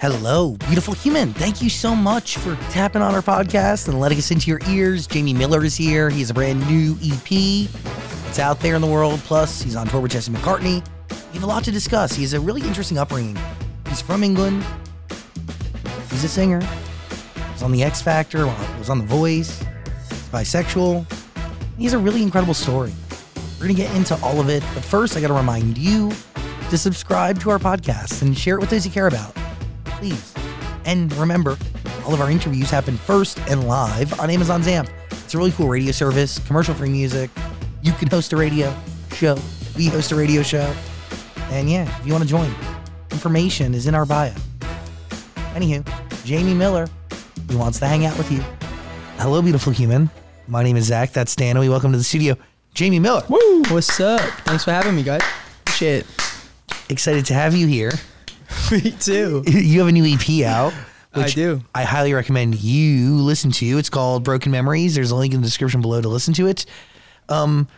Hello, beautiful human. Thank you so much for tapping on our podcast and letting us into your ears. Jamie Miller is here. He has a brand new EP. It's out there in the world. Plus, he's on tour with Jesse McCartney. We have a lot to discuss. He has a really interesting upbringing. He's from England. He's a singer. He was on The X Factor, he was on The Voice. He's bisexual. He has a really incredible story. We're going to get into all of it. But first, I got to remind you to subscribe to our podcast and share it with those you care about please. And remember, all of our interviews happen first and live on Amazon's AMP. It's a really cool radio service, commercial free music. You can host a radio show. We host a radio show. And yeah, if you want to join, information is in our bio. Anywho, Jamie Miller, he wants to hang out with you. Hello, beautiful human. My name is Zach. That's Dan. And we welcome to the studio, Jamie Miller. Woo! What's up? Thanks for having me, guys. Shit. Excited to have you here. me too. you have a new EP out. I do. I highly recommend you listen to. It's called Broken Memories. There's a link in the description below to listen to it. Um,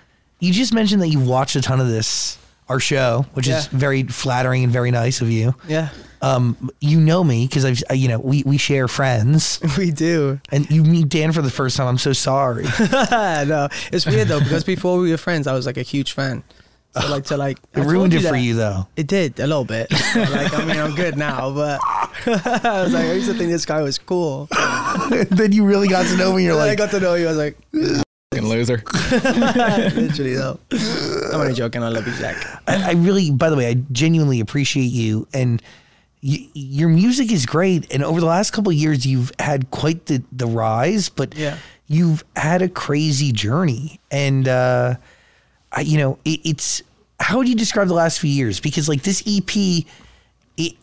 you just mentioned that you've watched a ton of this, our show, which is Yeah. very flattering and very nice of you. Yeah, Um, you know me because I've, I- you know, we, we share friends we do. and you meet Dan for the first time. I'm so sorry. no, it's weird though because before we were friends, I was like a huge fan. So like to like I It told ruined it for that. you though. It did a little bit. like I mean, I'm good now, but I was like, I used to think this guy was cool. then you really got to know me. You're Then I like, got to know you. I was like, loser. literally though. I'm only joking. I love you, Zach. I, I really, by the way, I genuinely appreciate you and y- your music is great. And over the last couple of years, you've had quite the, the rise, but Yeah. you've had a crazy journey. And, uh, I, you know, it, it's, how would you describe the last few years? Because like this EP, it,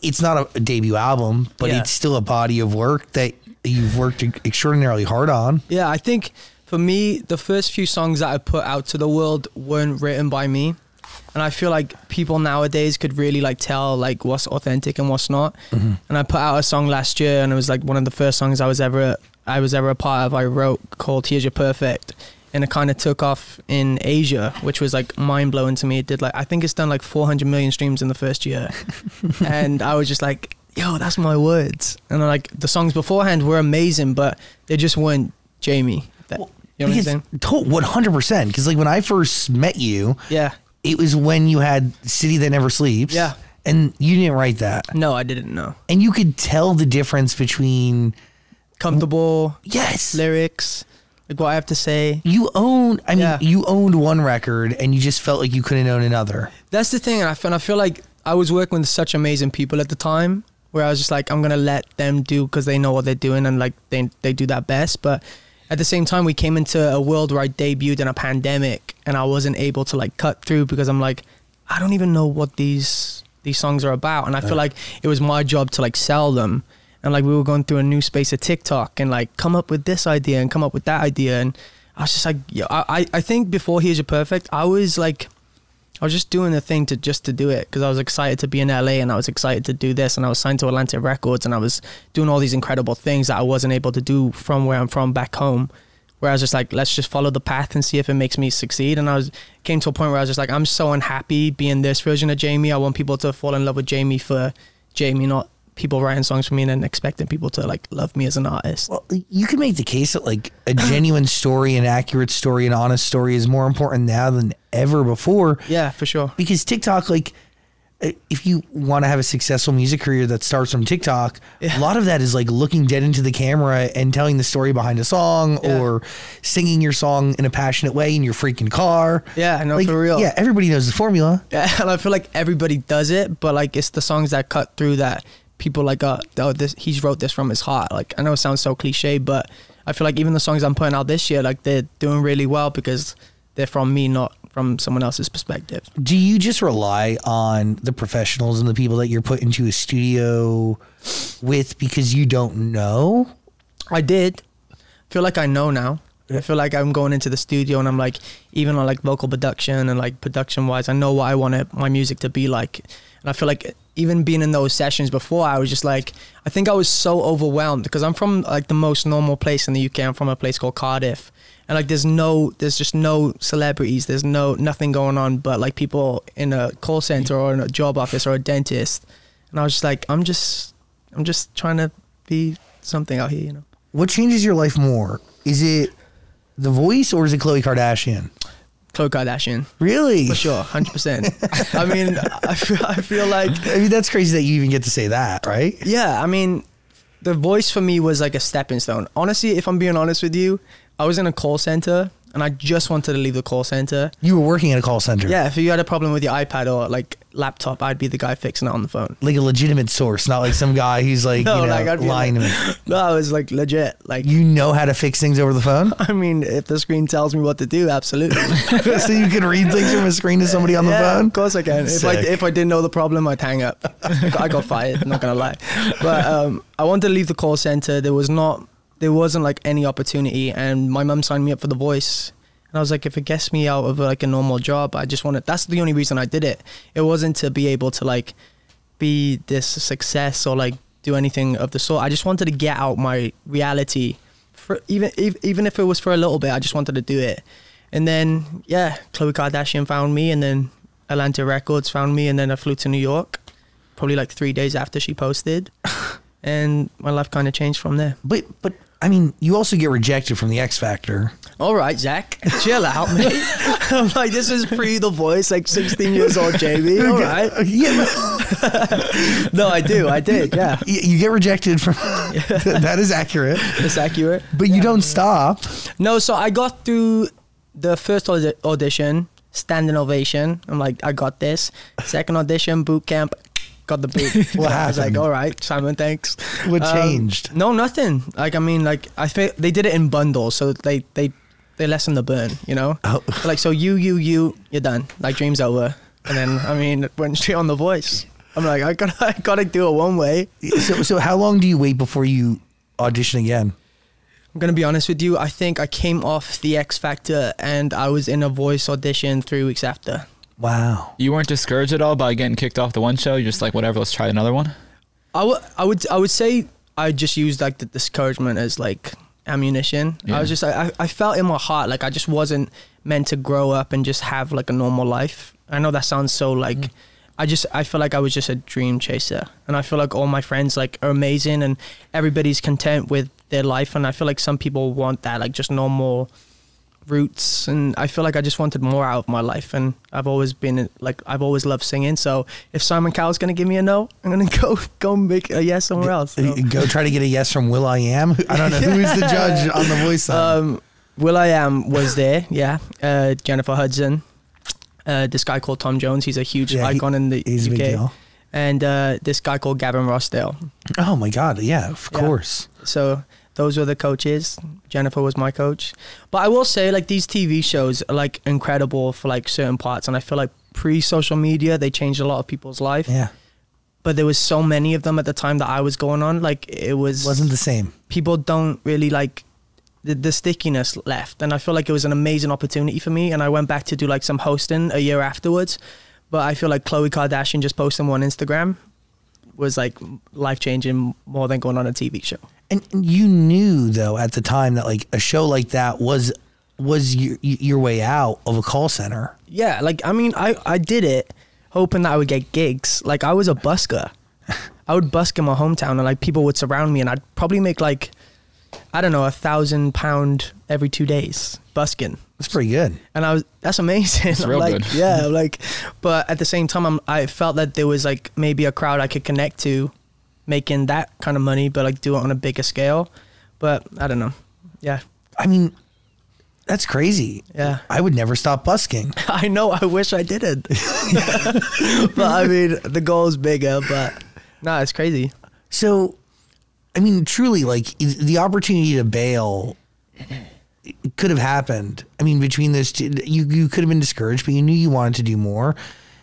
it's not a, a debut album, but Yeah. it's still a body of work that you've worked extraordinarily hard on. Yeah, I think for me, the first few songs that I put out to the world weren't written by me. And I feel like people nowadays could really like tell like what's authentic and what's not. And I put out a song last year and it was like one of the first songs I was ever I was ever a part of I wrote called Here's Your Perfect. And it kind of took off in Asia, which was like mind blowing to me. It did like I think it's done like 400 million streams in the first year, and I was just like, "Yo, that's my words." And then, like the songs beforehand were amazing, but they just weren't Jamie. That, you know what I'm Because- saying? to- 100%. Because like when I first met you, Yeah. it was when you had City That Never Sleeps. Yeah. And you didn't write that. No, I didn't know. And you could tell the difference between Comfortable yes. lyrics, like what I have to say. You own I mean Yeah. you owned one record and you just felt like you couldn't own another. That's the thing, and I feel, and I feel like I was working with such amazing people at the time, where I was just like, I'm gonna let them do because they know what they're doing and like they they do that best. But at the same time, we came into a world where I debuted in a pandemic, and I wasn't able to like cut through because I'm like, I don't even know what these these songs are about, and I feel like it was my job to like sell them. And like we were going through a new space of TikTok and like come up with this idea and come up with that idea. And I was just like, yo, I, I- I think before Here's Your Perfect, I was like, I was just doing the thing to just to do it because I was excited to be in LA and I was excited to do this and I was signed to Atlantic Records and I was doing all these incredible things that I wasn't able to do from where I'm from back home. Where I was just like, let's just follow the path and see if it makes me succeed. And I was came to a point where I was just like, I'm so unhappy being this version of Jamie. I want people to fall in love with Jamie for Jamie, not people writing songs for me and then expecting people to like love me as an artist. Well, you can make the case that like a genuine story, an accurate story, an honest story is more important now than ever before. Yeah, for sure. Because TikTok like uh, if you want to have a successful music career that starts from TikTok, a lot of that is like looking dead into the camera and telling the story behind a song Yeah. or singing your song in a passionate way in your freaking car. Yeah, I know, Like, for real. Yeah, everybody knows the formula. Yeah, and I feel like everybody does it, but like it's the songs that cut through that people like, uh, oh, this he's wrote this from his heart. Like I know it sounds so cliche, but I feel like even the songs I'm putting out this year, like they're doing really well because they're from me, not from someone else's perspective. Do you just rely on the professionals and the people that you're put into a studio with because you don't know? I did. I feel like I know now. I feel like I'm going into the studio and I'm like, even on like vocal production and like production wise, I know what I want it, my music to be like. And I feel like even being in those sessions before, I was just like, I think I was so overwhelmed because I'm from like the most normal place in the UK. I'm from a place called Cardiff. And like, there's no, there's just no celebrities. There's no, nothing going on but like people in a call center or in a job office or a dentist. And I was just like, I'm just, I'm just trying to be something out here, you know? What changes your life more? Is it the voice or is it Khloe Kardashian? Khloe Kardashian. Really? For sure, hundred percent. I mean, I feel, I feel like I mean, that's crazy that you even get to say that, right? yeah. I mean, the voice for me was like a stepping stone. Honestly, if I'm being honest with you, I was in a call center and I just wanted to leave the call center. You were working at a call center. Yeah, if you had a problem with your iPad or like laptop, I'd be the guy fixing it on the phone. Like a legitimate source, not like some guy who's like, you know, be lying like, to me. No, I was like legit. Like, You know how to fix things over the phone? I mean, if the screen tells me what to do, absolutely. so you can read things from a screen to somebody on the yeah, phone? Of course I can. If I, Sick. if I didn't know the problem, I'd hang up. I got fired. Not gonna lie, but um, I wanted to leave the call center. There was not, there wasn't like any opportunity, and my mum signed me up for The Voice. And I was like, if it gets me out of like a normal job, I just want to. That's the only reason I did it. It wasn't to be able to like be this success or like do anything of the sort. I just wanted to get out my reality, for even if, even if it was for a little bit. I just wanted to do it, and then yeah, Khloe Kardashian found me, and then Atlanta Records found me, and then I flew to New York, probably like three days after she posted, and my life kind of changed from there. But, but I mean, you also get rejected from the X Factor. All right, Zach, chill out, mate. I'm like, this is pre The Voice, like 16 years old, Jamie. All right, Yeah, no, I do, I did, yeah, you you get rejected from that is accurate, it's accurate. but you don't stop. No, so I got through the first audi- audition, standing ovation. I'm like, I got this. Second audition, boot camp, got the boot. What I was happened? like, all right, Simon, thanks. Um, What changed? No, nothing. Like, I mean, like, I think they did it in bundles, so they they they lessen the burn, you know. Oh. They're Like, so you you you, you're done. Like, dreams over. And then, I mean, it went straight on the voice. I'm like, I gotta I gotta do it one way. So, so how long do you wait before you audition again? I'm gonna be honest with you. I think I came off the X Factor and I was in a voice audition three weeks after. Wow. You weren't discouraged at all by getting kicked off the one show. You're just like, whatever, let's try another one. I wou- I would I would say I just used like the discouragement as like ammunition. I was just like, I I felt in my heart like I just wasn't meant to grow up and just have like a normal life. I know that sounds so like I just I feel like I was just a dream chaser, and I feel like all my friends like are amazing and everybody's content with their life, and I feel like some people want that like just normal roots and I feel like I just wanted more out of my life and I've always been like I've always loved singing so if Simon Cowell's gonna give me a no I'm gonna go go make a yes somewhere else so, Go try to get a yes from Will I Am. I don't know who is the judge on the voice. side. um Will I Am was there yeah uh Jennifer Hudson uh this guy called Tom Jones he's a huge Yeah, he- icon in the he's a UK big deal. and uh this guy called Gavin Rossdale Oh my God. Yeah, of Yeah. course. So those were the coaches. Jennifer was my coach. But I will say, like these TV shows are like incredible for like certain parts, and I feel like pre-social media they changed a lot of people's life. Yeah. But there was so many of them at the time that I was going on. Like it was Wasn't the same. people don't really like the, the stickiness left. And I feel like it was an amazing opportunity for me. And I went back to do like some hosting a year afterwards. But I feel like Khloe Kardashian just posting one Instagram was like life changing more than going on a TV show. And and you knew though at the time that like a show like that was was your your way out of a call center. Yeah, like I mean, I I did it hoping that I would get gigs. Like I was a busker. I would busk in my hometown, and like people would surround me, and I'd probably make like I don't know a thousand pound every two days busking. That's pretty good. and I was that's amazing. I'm real like, good. Yeah, I'm like, but at the same time, I'm, I felt that there was like maybe a crowd I could connect to, making that kind of money, but like do it on a bigger scale. But I don't know. Yeah, I mean, that's crazy. Yeah. I would never stop busking. I know. I wish I didn't. but I mean, the goal is bigger. But no, it's crazy. So, I mean, truly, like i- the opportunity to bail it could have happened. I mean, between those two, you you could have been discouraged, but you knew you wanted to do more.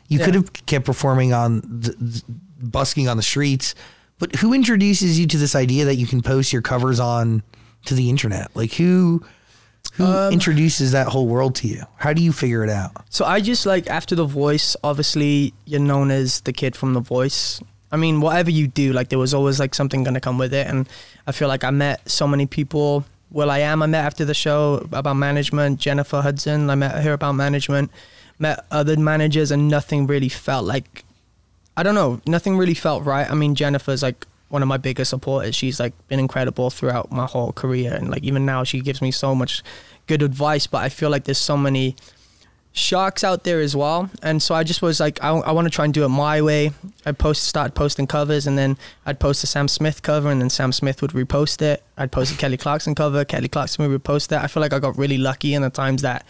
You could Yeah. have kept performing on the, the busking on the streets, but who introduces you to this idea that you can post your covers on to the internet? Like who who introduces that whole world to you? How do you figure it out? So I just like after the voice, obviously you're known as the kid from the voice. I mean, whatever you do, like there was always like something gonna come with it, and I feel like I met so many people. Well, I am. I met after the show about management, Jennifer Hudson. I met her about management, met other managers, and nothing really felt like I don't know. Nothing really felt right. I mean, Jennifer's like one of my biggest supporters. She's like been incredible throughout my whole career, and like even now, she gives me so much good advice. But I feel like there's so many sharks out there as well, and so I just was like, I, want to try and do it my way. I post, start posting covers, and then I'd post a Sam Smith cover, and then Sam Smith would repost it. I'd post a Kelly Clarkson cover, Kelly Clarkson would repost it. I feel like I got really lucky in the times that.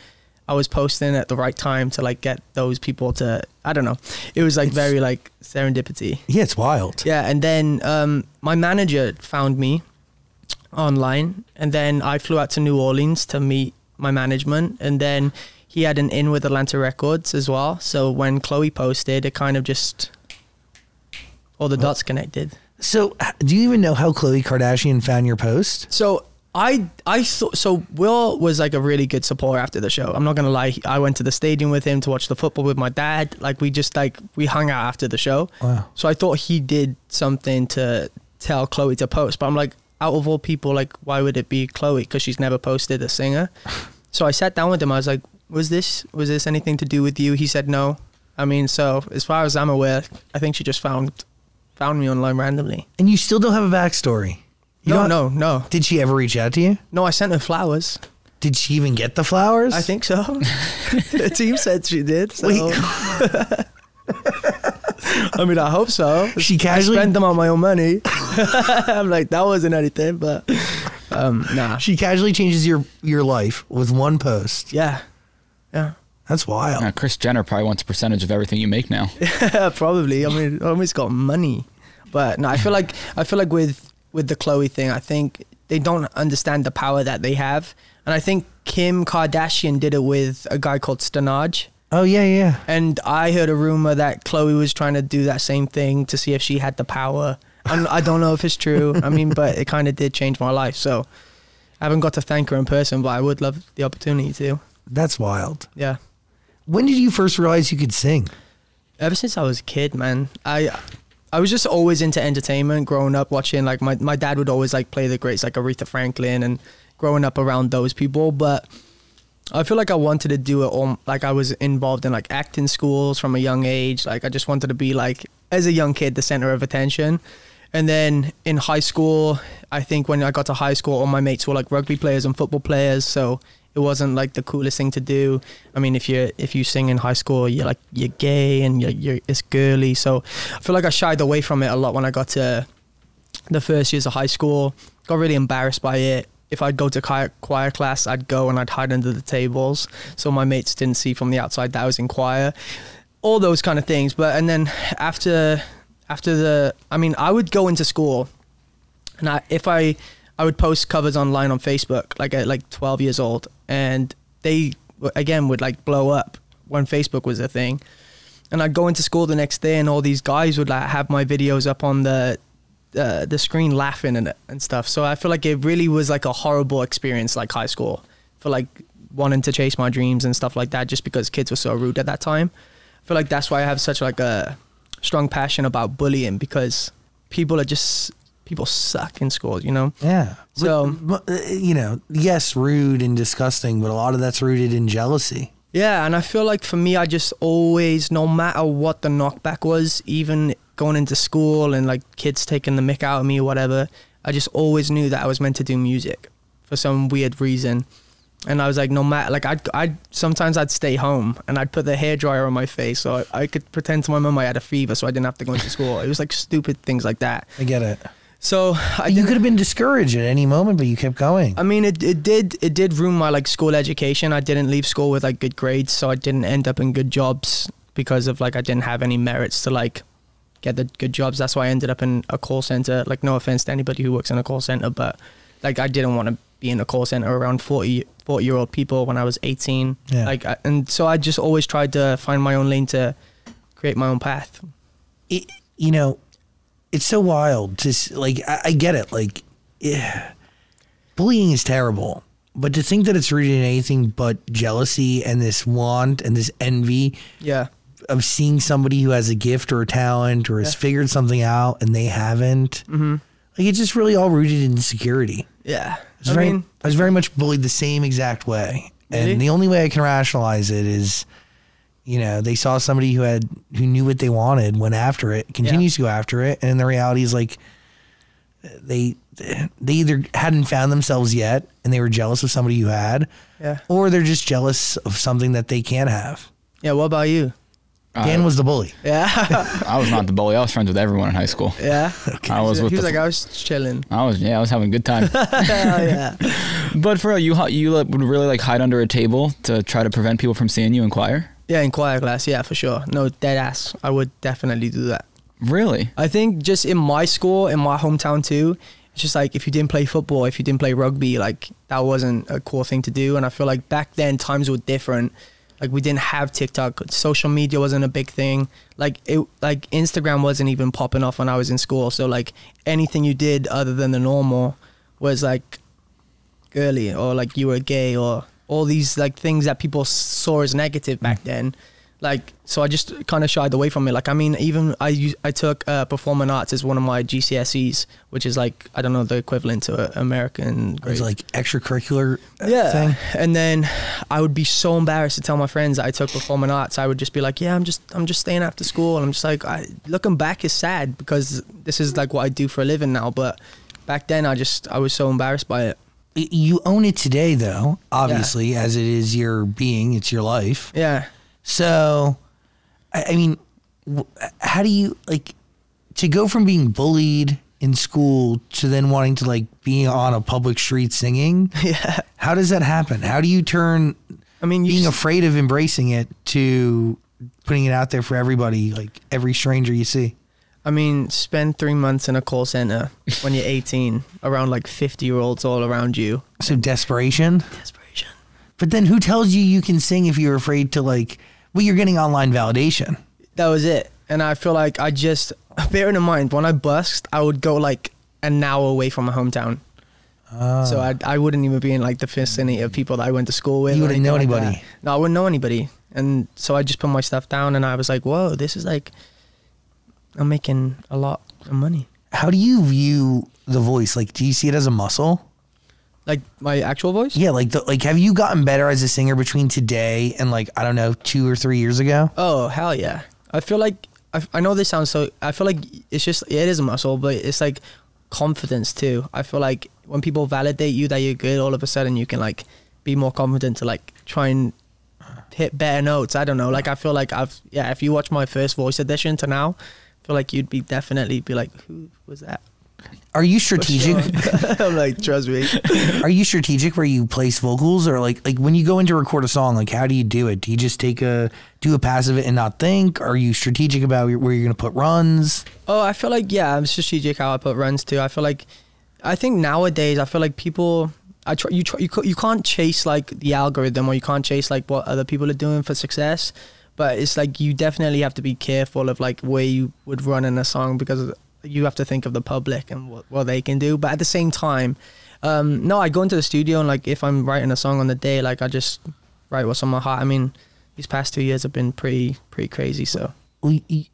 I was posting at the right time to like get those people to I don't know. It was like very like serendipity. Yeah, it's wild. Yeah, and then um, my manager found me online, and then I flew out to New Orleans to meet my management, and then he had an in with Atlanta Records as well. So when Chloe posted, it kind of just all the dots connected. So, h- do you even know how Khloe Kardashian found your post? So I I thought so. Will was like a really good supporter after the show. I'm not gonna lie. I went to the stadium with him to watch the football with my dad. Like we just like we hung out after the show. Wow. So I thought he did something to tell Chloe to post, but I'm like, out of all people, like why would it be Chloe? Because she's never posted a singer. so I sat down with him. I was like, was this was this anything to do with you? He said no. I mean, so as far as I'm aware, I think she just found found me online randomly. And you still don't have a backstory. You No, don't- no, no, Did she ever reach out to you? no. I sent her flowers. Did she even get the flowers? I think so. the team said she did. So. Wait. I mean, I hope so. She I casually- spent them on my own money. I'm like, that wasn't anything, but um, nah. she casually changes your your life with one post. Yeah, yeah, That's wild. Uh, Chris Jenner probably wants a percentage of everything you make now. probably. I mean, I almost got money, but no, I feel like I feel like with with the Chloe thing, I think they don't understand the power that they have, and I think Kim Kardashian did it with a guy called Stanaj. Oh yeah, yeah. And I heard a rumor that Chloe was trying to do that same thing to see if she had the power. And I don't know if it's true. I mean, but it kind of did change my life. So I haven't got to thank her in person, but I would love the opportunity to. That's wild. Yeah. When did you first realize you could sing? Ever since I was a kid, man, I I was just always into entertainment. Growing up, watching like my my dad would always like play the greats like Aretha Franklin, and growing up around those people. But I feel like I wanted to do it all. Like I was involved in like acting schools from a young age. Like I just wanted to be like as a young kid the center of attention. And then in high school, I think when I got to high school, all my mates were like rugby players and football players, so it wasn't like the coolest thing to do. I mean, if you if you sing in high school, you're like you're gay and you're, you're it's girly. So I feel like I shied away from it a lot when I got to the first years of high school. Got really embarrassed by it. If I'd go to choir, choir class, I'd go and I'd hide under the tables so my mates didn't see from the outside that I was in choir. All those kind of things. But and then after after the, I mean, I would go into school and I, if I, I would post covers online on Facebook, like at like 12 years old, and they w- again would like blow up when Facebook was a thing. And I'd go into school the next day, and all these guys would like have my videos up on the uh, the screen, laughing and and stuff. So I feel like it really was like a horrible experience, like high school, for like wanting to chase my dreams and stuff like that, just because kids were so rude at that time. I feel like that's why I have such like a strong passion about bullying because people are just people suck in school, you know. Yeah. So- But, but, uh, you know, yes, rude and disgusting, but a lot of that's rooted in jealousy. Yeah, and I feel like for me, I just always, no matter what the knockback was, even going into school and like kids taking the mick out of me, or whatever, I just always knew that I was meant to do music for some weird reason. and I was like, no matter, like I'd, I'd sometimes I'd stay home and I'd put the hairdryer on my face so I, I could pretend to my mum I had a fever so I didn't have to go into school. It was like stupid things like that. I get it. So I You didn't- could have been discouraged at any moment, but you kept going. I mean, it, it did it did ruin my like school education. I didn't leave school with like good grades, so I didn't end up in good jobs because of like I didn't have any merits to like get the good jobs. That's why I ended up in a call center. Like, no offense to anybody who works in a call center, but like I didn't want to be in a call center around 40, 40 year old people when I was eighteen. Yeah. Like, I, and so I just always tried to find my own lane to create my own path. it, you know, it's so wild. Just like I, I get it. Like, eh, bullying is terrible, but to think that it's rooted in anything but jealousy and this want and this envy Yeah. of seeing somebody who has a gift or a talent or has figured something out and they haven't. Mm-hmm. Like it's just really all rooted in insecurity. Yeah. I was, very, I was very much bullied the same exact way. Really? And the only way I can rationalize it is, you know, they saw somebody who had who knew what they wanted, went after it, continues to go after it, and the reality is like they they either hadn't found themselves yet and they were jealous of somebody who had, Yeah. or they're just jealous of something that they can have. yeah. What about you? Dan was the bully. Yeah. I was not the bully. I was friends with everyone in high school. yeah. I was he with was the, like, I was chilling. I was yeah, I was having a good time. Hell yeah. but for real, you hi- you like, would really like hide under a table to try to prevent people from seeing you in choir. Yeah, in choir class, yeah, for sure. No, dead ass. I would definitely do that. Really? I think just in my school, in my hometown too, it's just like if you didn't play football, if you didn't play rugby, like that wasn't a cool thing to do. And I feel like back then times were different. Like we didn't have TikTok, social media wasn't a big thing. Like it, like Instagram wasn't even popping off when I was in school. So like anything you did other than the normal was like girly or like you were gay or all these like things that people saw as negative Mm. back then like so i just kind of shied away from it like i mean even i u- i took uh, performing arts as one of my gcses which is like i don't know the equivalent to a american It was grade like extracurricular uh, yeah thing. and then i would be so embarrassed to tell my friends that i took performing arts i would just be like yeah i'm just i'm just staying after school and i'm just like I, looking back is sad because this is like what i do for a living now but back then i just i was so embarrassed by it You own it today, though, obviously, as it is your being, it's your life. yeah So, I, I mean, w- how do you like to go from being bullied in school to then wanting to like be on a public street singing? Yeah. How does that happen? How do you turn i mean you being just- afraid of embracing it to putting it out there for everybody, like every stranger you see? I mean, spend three months in a call center when you're 18, around like 50 year olds all around you. So desperation. Desperation. But then who tells you you can sing if you're afraid to like? Well, you're getting online validation. That was it. And I feel like I just, bearing in mind, when I busked, I would go like an hour away from my hometown. So I, I wouldn't even be in like the vicinity of people that I went to school with. Ah. You or wouldn't know anything like anybody. that. No, I wouldn't know anybody. And so I just put my stuff down and I was like, whoa, this is like, I'm making a lot of money. How do you view the voice? Like, do you see it as a muscle? Like my actual voice? Yeah, like the, like have you gotten better as a singer between today and like I don't know two or three years ago? Oh hell yeah! I feel like I, I know this sounds so. I feel like it's just it is a muscle, but it's like confidence too. I feel like when people validate you that you're good, all of a sudden you can like be more confident to like try and hit better notes. I don't know. Like I feel like I've yeah. If you watch my first voice edition to now, I feel like you'd be definitely be like, who was that? Are you strategic? I'm like, trust me. Are you strategic where you place vocals or like like when you go in to record a song? Like how do you do it? Do you just take a do a pass of it and not think? Are you strategic about where you're gonna put runs? Oh, I feel like yeah, I'm strategic how I put runs too. I feel like, I think nowadays I feel like people, I try you try, you ca- you can't chase like the algorithm or you can't chase like what other people are doing for success, but it's like you definitely have to be careful of like where you would run in a song because you have to think of the public and what, what they can do. But at the same time, um, no, I go into the studio and like if I'm writing a song on the day, like I just write what's on my heart. I mean, these past two years have been pretty pretty crazy, so. Well, you,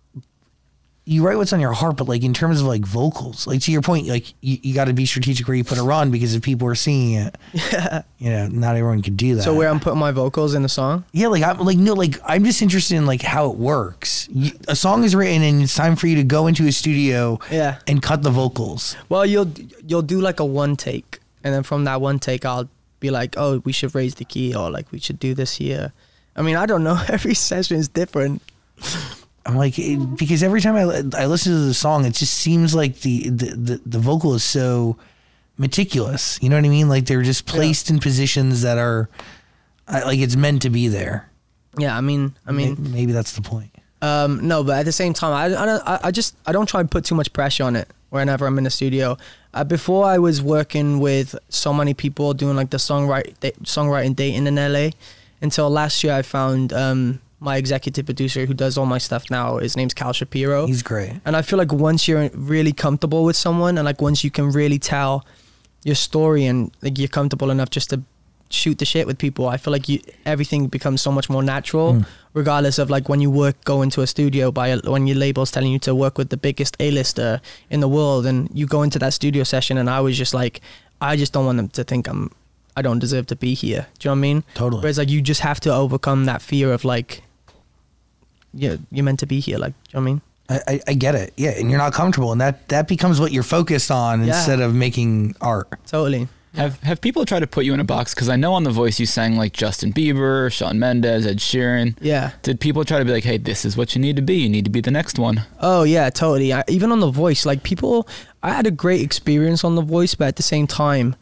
you write what's on your heart, but like in terms of like vocals, like to your point, like you, you got to be strategic where you put a run because if people are seeing it, you know, not everyone can do that. So where I'm putting my vocals in the song, Yeah, like I'm like no, like I'm just interested in like how it works. You, a song is written, and it's time for you to go into a studio, Yeah. and cut the vocals. Well, you'll you'll do like a one take, and then from that one take, I'll be like, oh, we should raise the key or like we should do this here. I mean, I don't know. Every session is different. I'm like it- because every time I I listen to the song, it just seems like the the the, the vocal is so meticulous. You know what I mean? Like they're just placed in positions that are I- like it's meant to be there. Yeah, I mean, I mean, May- maybe that's the point. Um, no, but at the same time, I, I don't. I, I just I don't try and put too much pressure on it whenever I'm in the studio. Uh, before I was working with so many people doing like the songwrite da- songwriting dating in LA. Until last year, I found um, my executive producer who does all my stuff now. His name's Cal Shapiro. He's great. And I feel like once you're really comfortable with someone, and like once you can really tell your story, and like you're comfortable enough just to shoot the shit with people, I feel like you everything becomes so much more natural, regardless of like when you work go into a studio by when your label's telling you to work with the biggest A-lister in the world, and you go into that studio session, and I was just like, I just don't want them to think I'm. I don't deserve to be here. Do you know what I mean? Totally. Whereas like you just have to overcome that fear of like, yeah, you're meant to be here. Like, do you know what I mean? I, I, I get it. Yeah, and you're not comfortable, and that that becomes what you're focused on Yeah. instead of making art. Totally. Have Have people tried to put you in a box? Because I know on The Voice you sang like Justin Bieber, Sean Mendez, Ed Sheeran. Yeah. Did people try to be like, hey, this is what you need to be? You need to be the next one. Oh yeah, totally. I, even on the voice, like people, I had a great experience on the voice, but at the same time,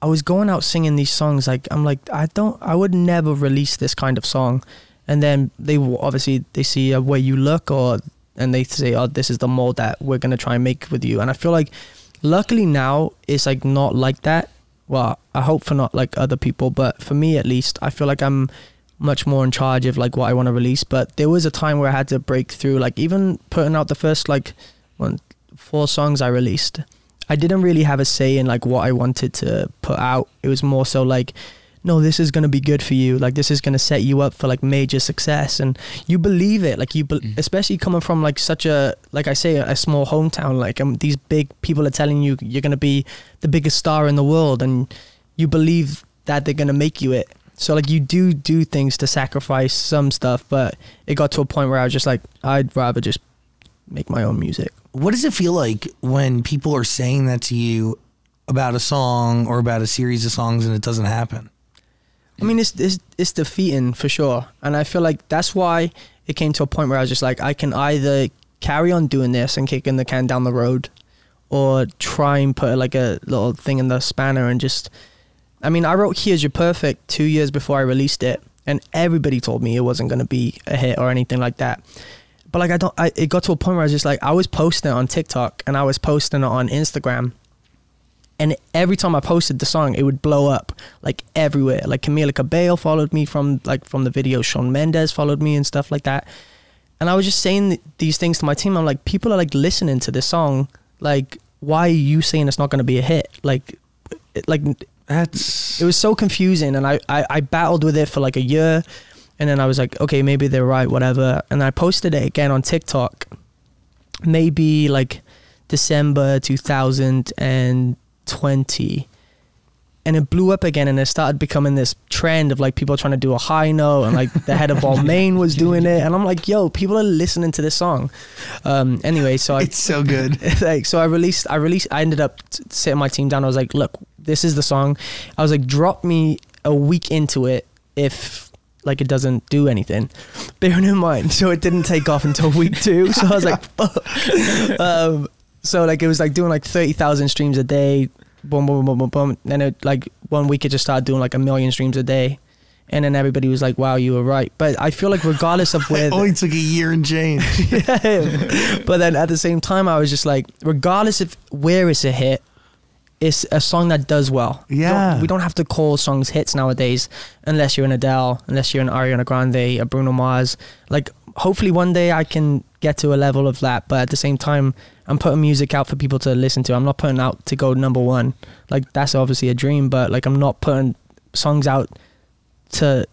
I was going out singing these songs. Like I'm like I don't, I would never release this kind of song. And then they w- obviously they see uh, where you look, or and they say, oh, this is the mold that we're gonna try and make with you. And I feel like, luckily now it's like not like that. Well, I hope for not like other people, but for me at least, I feel like I'm much more in charge of like what I want to release. But there was a time where I had to break through, like even putting out the first like one four songs I released. I didn't really have a say in like what I wanted to put out. It was more so like, no, this is gonna be good for you. Like this is gonna set you up for like major success, and you believe it. Like you, be- especially coming from like such a like I say a small hometown. Like um, these big people are telling you you're gonna be the biggest star in the world, and you believe that they're gonna make you it. So like you do do things to sacrifice some stuff, but it got to a point where I was just like, I'd rather just make my own music. What does it feel like when people are saying that to you about a song or about a series of songs and it doesn't happen? I mean, it's, it's it's defeating for sure, and I feel like that's why it came to a point where I was just like, I can either carry on doing this and kicking the can down the road, or try and put like a little thing in the spanner and just. I mean, I wrote "Here's Your Perfect" two years before I released it, and everybody told me it wasn't going to be a hit or anything like that. But like, I don't. I, it got to a point where I was just like, I was posting it on TikTok and I was posting it on Instagram, and every time I posted the song, it would blow up like everywhere. Like Camila Cabello followed me from like from the video. Sean Mendes followed me and stuff like that. And I was just saying th- these things to my team. I'm like, people are like listening to this song. Like, why are you saying it's not going to be a hit? Like, it, like That's it was so confusing and I, I, I battled with it for like a year and then I was like, okay, maybe they're right, whatever. And I posted it again on TikTok, maybe like December 2020. And it blew up again and it started becoming this trend of like people trying to do a high note and like the head of Balmain was doing it. And I'm like, yo, people are listening to this song. Um, anyway, so I, it's so good. like so i released i released i ended up t- sitting my team down i was like look this is the song i was like drop me a week into it if like it doesn't do anything bearing in mind so it didn't take off until week two so i was like fuck um, so like it was like doing like 30,000 streams a day boom boom boom boom boom and it like one week it just started doing like a million streams a day and then everybody was like wow you were right but i feel like regardless of where It the- Oh, only took a year and change. him. but then at the same time, I was just like, regardless of where it's a hit, it's a song that does well. We don't- Yeah. we don't have to call songs hits nowadays, unless you're an Adele, unless you're an Ariana Grande, a Bruno Mars. Like, hopefully, one day I can get to a level of that. But at the same time, I'm putting music out for people to listen to. I'm not putting out to go number one. Like, that's obviously a dream, but like, I'm not putting songs out to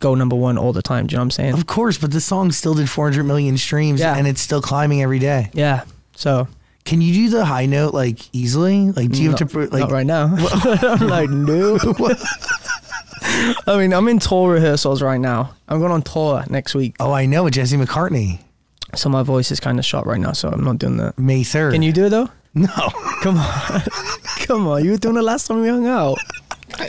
go number one all the time. Do you know what I'm saying? of course, but the song still did 400 million streams Yeah. and it's still climbing every day. Yeah. So Can you do the high note like easily? Like, do you have to Not- pr- like? not right now. I'm like, no. I mean, I'm in tour rehearsals right now. I'm going on tour next week, Oh, I know it. Jesse McCartney, so my voice is kind of shot right now. So I'm not doing that. May 3rd. Can you do it though? No. Come on, come on. You were doing it last time we hung out.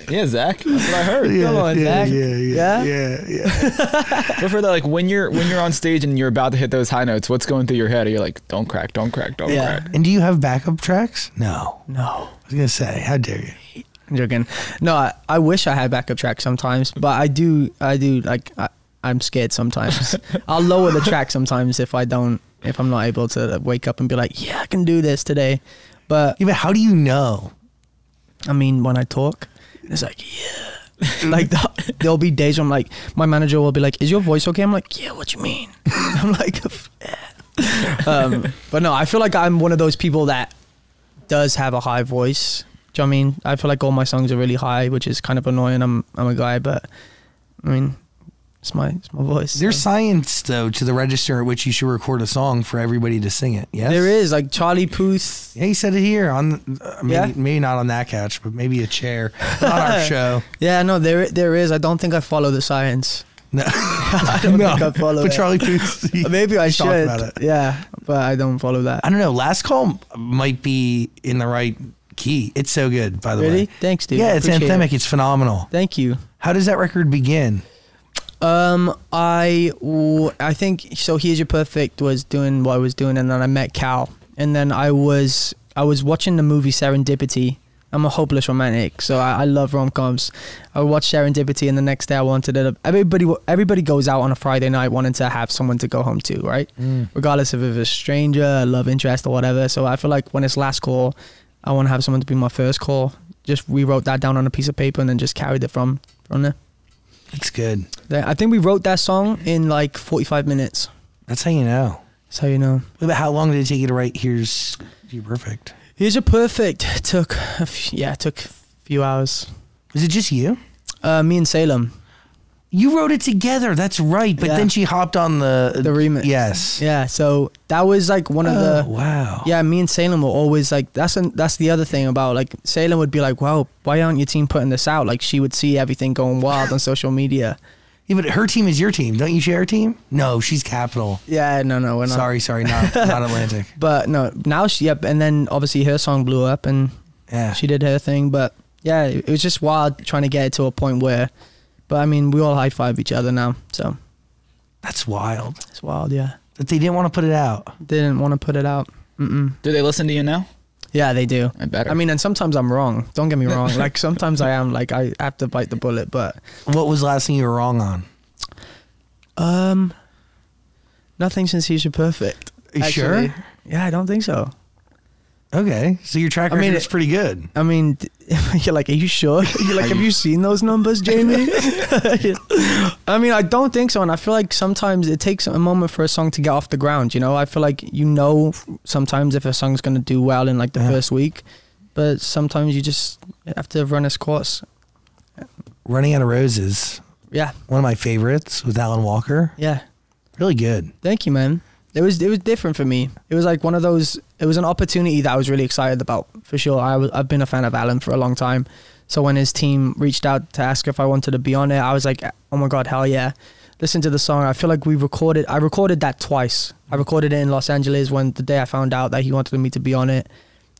Yeah, Zach. That's what I heard. Yeah, Come on, yeah, Zach. yeah, yeah, yeah, yeah. But for the, like when you're when you're on stage and you're about to hit those high notes, what's going through your head? You're like, don't crack, don't crack, don't Yeah. crack. And do you have backup tracks? No. I No. was gonna say, how dare you? I'm joking. No, I, I wish I had backup track sometimes, but I do. I do like I, I'm scared sometimes. I'll lower the track sometimes if I don't. If I'm not able to wake up and be like, yeah, I can do this today. But Yeah, but how do you know? I mean, when I talk, it's like yeah. like the, there'll be days where I'm like, my manager will be like, "Is your voice okay?" I'm like, "Yeah, what you mean?" I'm like, "Yeah." um, but no, I feel like I'm one of those people that does have a high voice. Do you know what I mean? I feel like all my songs are really high, which is kind of annoying. I'm I'm a guy, but I mean, it's my it's my voice. There's so. science though to the register at which you should record a song for everybody to sing it. Yes, there is like Charlie Puth. Yeah, he said it here on uh, maybe, Yeah? maybe not on that couch, but maybe a chair on our show. Yeah, no, there there is. I don't think I follow the science. No, I don't no. think I follow. but it. Charlie Puth. he- Maybe I he should. talked about it. Yeah, but I don't follow that. I don't know. Last call might be in the right key. It's so good, by the Really? way. Thanks, dude. yeah, it's Appreciate it. anthemic. It's phenomenal. Thank you. How does that record begin? Um, I w- I think so. Here's your perfect was doing what I was doing, and then I met Cal, and then I was I was watching the movie Serendipity. I'm a hopeless romantic, so I, I love rom coms. I watched Serendipity, and the next day I wanted it. Everybody wa- everybody goes out on a Friday night wanting to have someone to go home to, right? Regardless of if it's a stranger, a love interest, or whatever. So I feel like when it's last call, I want to have someone to be my first call. Just rewrote that down on a piece of paper and then just carried it from from there. It's good. That- I think we wrote that song in like 45 minutes. That's how you know. So you know. Wait, But how long did it take you to write? Here's you perfect. Here's a perfect. Took a f- yeah, took a few hours. Was it just you? Uh, me and Salem. You wrote it together. That's right. But Yeah. then she hopped on the uh, The remix. Yes. Yeah, so that was like one of Oh, the wow. Yeah, me and Salem were always like that's an, that's the other thing about like Salem would be like, "Wow, why aren't your team putting this out?" Like she would see everything going wild on social media. Yeah, but her team is your team. Don't you share a team? No, she's Capital. Yeah, no, no, we're not. Sorry, sorry, not not Atlantic. But no, now she yep, and then obviously her song blew up and Yeah. she did her thing. But yeah, it was just wild trying to get it to a point where, but I mean, we all high five each other now, so That's wild. it's wild. Yeah, That they didn't want to put it out. didn't want to put it out. Mm-mm. Do they listen to you now? Yeah, they do. I better. I mean, and sometimes I'm wrong. Don't get me wrong. like sometimes I am. Like I have to bite the bullet, but What was the last thing you were wrong on? um, nothing since he's perfect. You sure? actually. Yeah, I don't think so. Okay. So your track I record mean, is it- pretty good. I mean, d- you're like, are you sure? You're like, have you seen those numbers, Jamie? I mean, I don't think so. And I feel like sometimes it takes a moment for a song to get off the ground. You know, I feel like you know sometimes if a song's going to do well in like the Yeah. first week, but sometimes you just have to run its course. Running Out of Roses, Yeah. one of my favorites with Alan Walker. Yeah. Really good. Thank you, man. It was it was different for me. It was like one of those. It was an opportunity that I was really excited about for sure. I was, I've been a fan of Alan for a long time, so when his team reached out to ask if I wanted to be on it, I was like, oh my god, hell yeah! Listen to the song. I feel like we recorded. I recorded that twice. I recorded it in Los Angeles when the day I found out that he wanted me to be on it,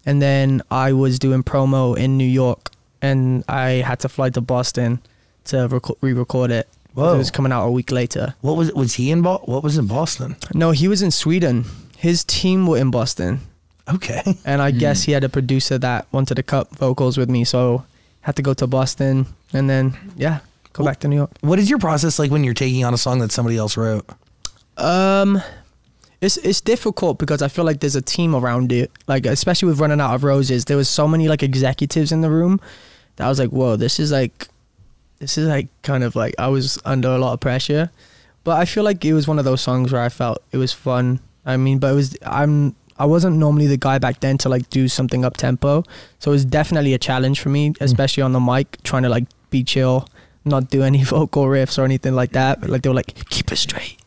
and then I was doing promo in New York, and I had to fly to Boston to reco- re-record it. 'cause Whoa. It was coming out a week later. What was was he in Bo- what was in Boston? No, he was in Sweden. His team were in Boston, Okay. and I guess he had a producer that wanted to cut vocals with me, so had to go to Boston, and then yeah, go back to New York. What is your process like when you're taking on a song that somebody else wrote? Um, it's it's difficult because I feel like there's a team around it. Like especially with running out of roses, there was so many like executives in the room that I was like, whoa, this is like, this is like kind of like I was under a lot of pressure. But I feel like it was one of those songs where I felt it was fun. I mean, but it was I'm I wasn't normally the guy back then to like do something up tempo, so it was definitely a challenge for me, especially on the mic, trying to like be chill, not do any vocal riffs or anything like that. But like they were like, keep it straight.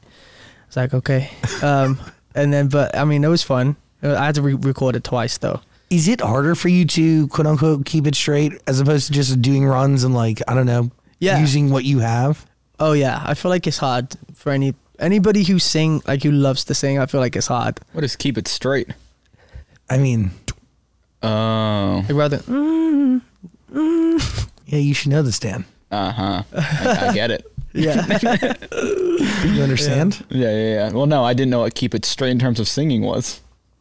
It's like okay, um, and then but I mean it was fun. Uh, I had to re-record it twice though. Is it harder for you to quote unquote keep it straight as opposed to just doing runs and like I don't know, Yeah. using what you have? Oh yeah, I feel like it's hard for any anybody who sing like who loves to sing. I feel like it's hard. What is keep it straight? I mean, Oh, Like rather, mm, mm. Yeah, you should know this, Dan. Uh huh. I, I get it. Yeah. You understand? Yeah, yeah, yeah. Well, no, I didn't know what keep it straight in terms of singing was.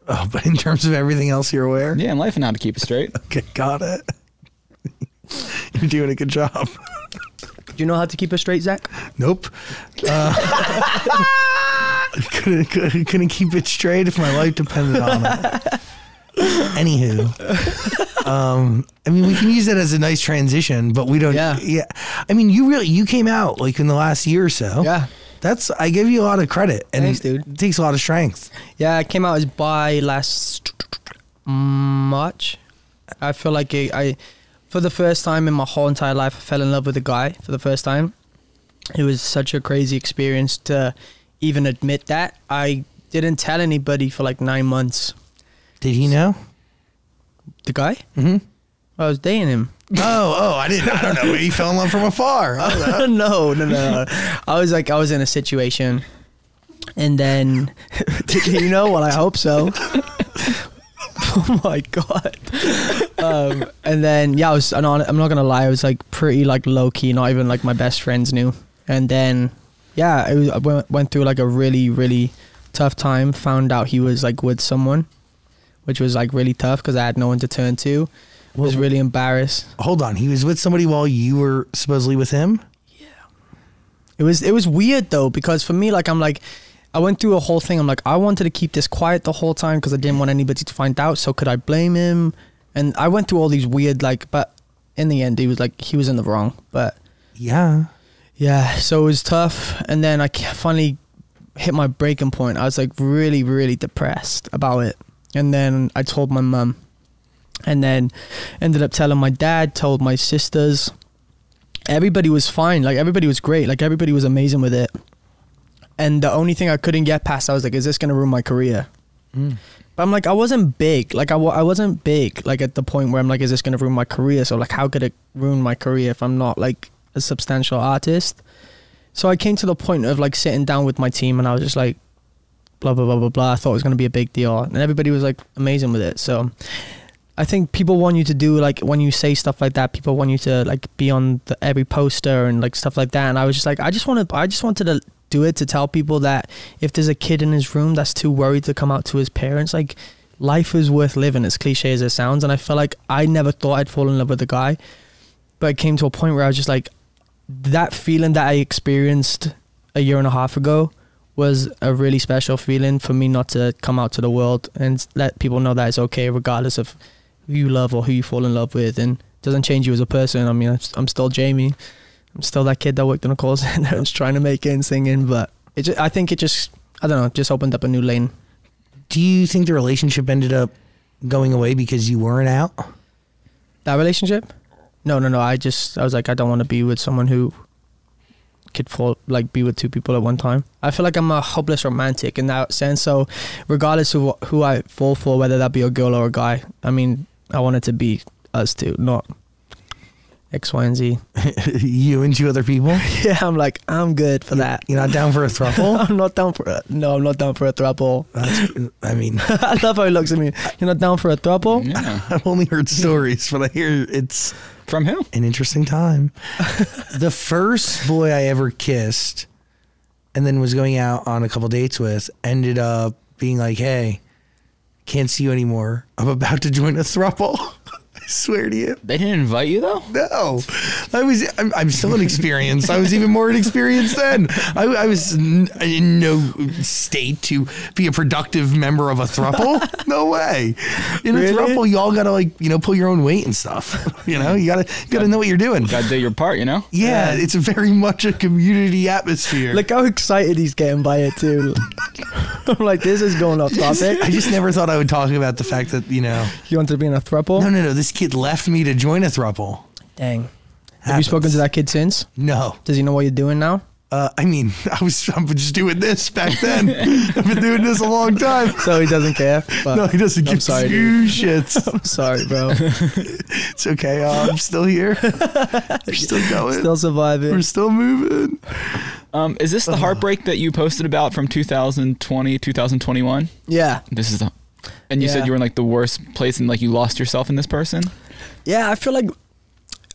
Oh, but in terms of everything else, you're aware. Yeah, in life and how to keep it straight. Okay, got it. you're doing a good job. Do you know how to keep it straight, Zach? Nope. Uh, couldn't, couldn't couldn't keep it straight if my life depended on it. Anywho, um, I mean, we can use that as a nice transition, but we don't. Yeah. I mean, you really you came out like in the last year or so. Yeah. That's I give you a lot of credit, and Thanks, dude. it takes a lot of strength. Yeah, I came out as bi last March. I feel like it, I, for the first time in my whole entire life, I fell in love with a guy for the first time. It was such a crazy experience to even admit that. I didn't tell anybody for like nine months. Did he know? The guy? Mm-hmm. I was dating him. Oh, oh, I didn't. I don't know. He fell in love from afar. Oh, that- no, no, no, no. I was like, I was in a situation, and then, did you know? Well, I hope so. oh my god. Um, and then, yeah, I was. I'm not, I'm not gonna lie. I was like pretty like low key. Not even like my best friends knew. And then, yeah, it was, I went, went through like a really really tough time. Found out he was like with someone, which was like really tough because I had no one to turn to. was really embarrassed. Hold on. He was with somebody while you were supposedly with him. It was it was weird though because for me like I'm like I went through a whole thing. I'm like I wanted to keep this quiet the whole time because I didn't want anybody to find out. So could I blame him? And I went through all these weird like, but in the end he was like he was in the wrong. But Yeah. yeah, so it was tough. And then I ca- finally hit my breaking point. I was like really really depressed about it. And then I told my mum, and then ended up telling my dad. Told my sisters. Everybody was fine. Like everybody was great. Like everybody was amazing with it and the only thing I couldn't get past, I was like, is this gonna ruin my career? But I'm like, I wasn't big. Like I, wa- I wasn't big. Like at the point where I'm like, is this gonna ruin my career? So like, how could it ruin my career if I'm not like a substantial artist? So I came to the point of like sitting down with my team, and I was just like, blah blah blah blah blah. I thought it was gonna be a big deal, and everybody was like amazing with it. So I think people want you to do like when you say stuff like that, people want you to like be on the, every poster and like stuff like that. And I was just like, I just want to, I just wanted to do it to tell people that if there's a kid in his room that's too worried to come out to his parents, like life is worth living, as cliche as it sounds. And I feel like I never thought I'd fall in love with a guy, but it came to a point where I was just like, that feeling that I experienced a year and a half ago was a really special feeling for me not to come out to the world and let people know that it's okay regardless of who you love or who you fall in love with and it doesn't change you as a person. I mean, I'm s- I'm still Jamie. I'm still that kid that worked in a call center and was trying to make it and singing, but it just, I think it just, I don't know, just opened up a new lane. Do you think the relationship ended up going away because you weren't out? That relationship? No, no, no. I just, I was like, I don't want to be with someone who could fall, like, be with two people at one time. I feel like I'm a hopeless romantic in that sense. So, regardless of wh- who I fall for, whether that be a girl or a guy, I mean, I want it to be us two, not X, Y, and Z. you and two other people? Yeah, I'm like, I'm good for that. You're not down for a throuple? I'm not down for a, no, I'm not down for a throuple. That's, I mean, I love how he looks at me. You're not down for a throuple? Yeah. I've only heard stories, but I hear it's From who? an interesting time. the first boy I ever kissed and then was going out on a couple dates with ended up being like, hey, can't see you anymore. I'm about to join a throuple. I swear to you. They didn't invite you though. No, I was. I'm, I'm still inexperienced. I was even more inexperienced then. I, I was n- in no state to be a productive member of a thruple. No way. In a Really? thruple, y'all gotta like you know pull your own weight and stuff. You know, you gotta you gotta know what you're doing. Gotta do your part, you know. Yeah, it's very much a community atmosphere. Look how excited he's getting by it too. I'm like, this is going off topic. I just never thought I would talk about the fact that you know. You wanted to be in a throuple? No, no, no. This kid left me to join a thruple. Dang. Have you spoken to that kid since? No. Does he know what you're doing now? Uh, I mean, I was I'm just doing this back then. I've been doing this a long time. So he doesn't care. But No, he doesn't Uh, I'm give sorry, two shits. I'm sorry, bro. It's okay. uh, I'm still here. We're still going. Still surviving. We're still moving. Um, is this the heartbreak that you posted about from 2020, 2021? Yeah. This is the. And you Yeah. said you were in like the worst place and like you lost yourself in this person. Yeah, I feel like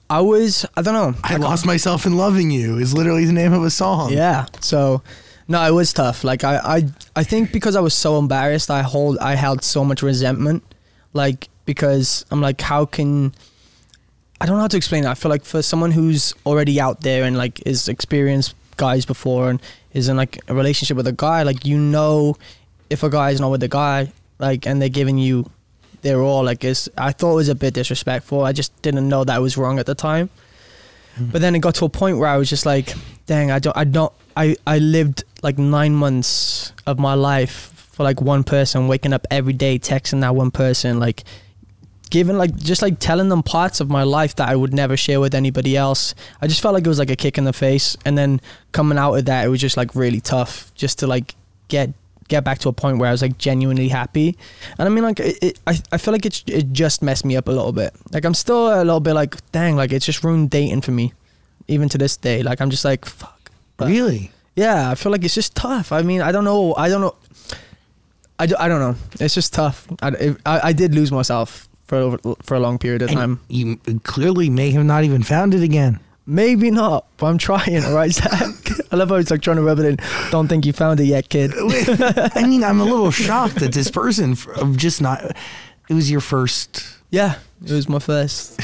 I was I don't know. I lost myself in loving you is literally the name of a song. Yeah. So no, it was tough. Like I, I I think because I was so embarrassed, I hold I held so much resentment. Like because I'm like, how can I don't know how to explain it. I feel like for someone who's already out there and like is experienced guys before and is in like a relationship with a guy, like you know if a guy is not with a guy, like and they're giving you their all, like it's I thought it was a bit disrespectful. I just didn't know that was wrong at the time. But then it got to a point where I was just like, dang, I don't, I don't, I, I lived like nine months of my life for like one person, waking up every day, texting that one person, like giving, like, just like telling them parts of my life that I would never share with anybody else. I just felt like it was like a kick in the face. And then coming out of that, it was just like really tough just to like get get back to a point where I was like genuinely happy. And I mean, like, it, it, I, I feel like it, it just messed me up a little bit. Like, I'm still a little bit like, dang, like, it's just ruined dating for me, even to this day. Like, I'm just like, fuck. But, Really? Yeah, I feel like it's just tough. I mean, I don't know. I don't know. I, do, I don't know. It's just tough. I, it- I, I did lose myself for, for a long period of And time. you clearly may have not even found it again. Maybe not, but I'm trying, all right, Zach? I love how he's like trying to rub it in. Don't think you found it yet, kid. I mean, I'm a little shocked that this person f- of just not. It was your first. Yeah, it was my first.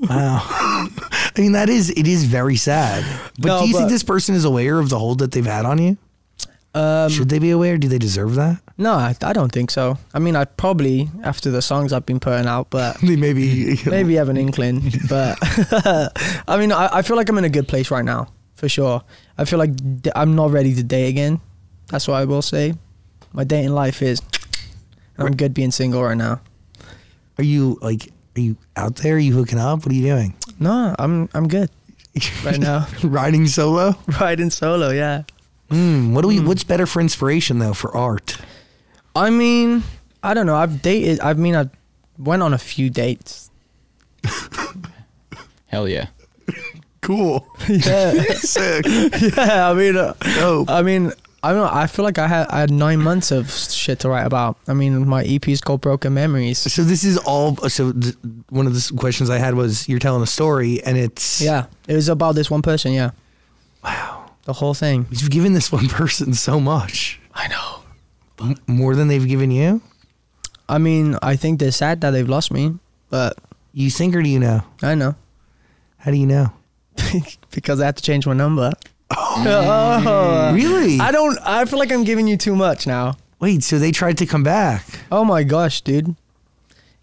Wow. I mean, that is it is very sad. But No, do you think but- this person is aware of the hold that they've had on you? Um, Should they be aware? Do they deserve that? No, I, I don't think so. I mean, I probably after the songs I've been putting out, but They maybe. maybe have an inkling. But I mean, I, I feel like I'm in a good place right now for sure. I feel like d- I'm not ready to date again. That's what I will say. My dating life is. and I'm good being single right now. Are you like? Are you out there? Are you hooking up? What are you doing? No, I'm I'm good right now. Riding solo. Riding solo, yeah. Hmm. What do we? What's better for inspiration though? For art. I mean, I don't know. I've dated. I mean, I went on a few dates. Hell yeah. Cool. Yeah. Sick. yeah, I mean, uh, Dope. I mean, I don't. know, I feel like I had I had nine months of shit to write about. I mean, my EP is called Broken Memories. So this is all. So th- one of the s- questions I had was, you're telling a story, and it's Yeah, it was about this one person. Yeah. Wow. The whole thing. You've given this one person so much, I know. M- more than they've given you. I mean, I think they're sad that they've lost me, but You think or do you know? I know How do you know? because I had to change my number. Uh, really? I don't. I feel like I'm giving you too much now. Wait. So they tried to come back. Oh my gosh, dude.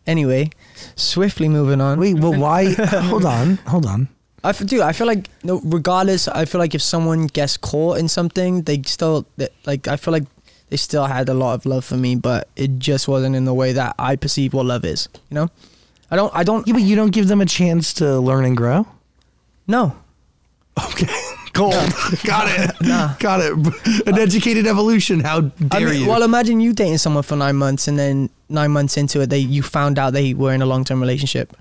Anyway, swiftly moving on. Wait. Well, why? hold on. Hold on. I f- dude, I feel like no. Regardless, I feel like if someone gets caught in something, they still they, like. I feel like they still had a lot of love for me, but it just wasn't in the way that I perceive what love is. You know, I don't. I don't. Yeah, but you don't give them a chance to learn and grow. No, Okay. Cool. Got it. Got it. An educated evolution. How I dare mean, you? well, imagine you dating someone for nine months, and then nine months into it, they you found out they were in a long term relationship.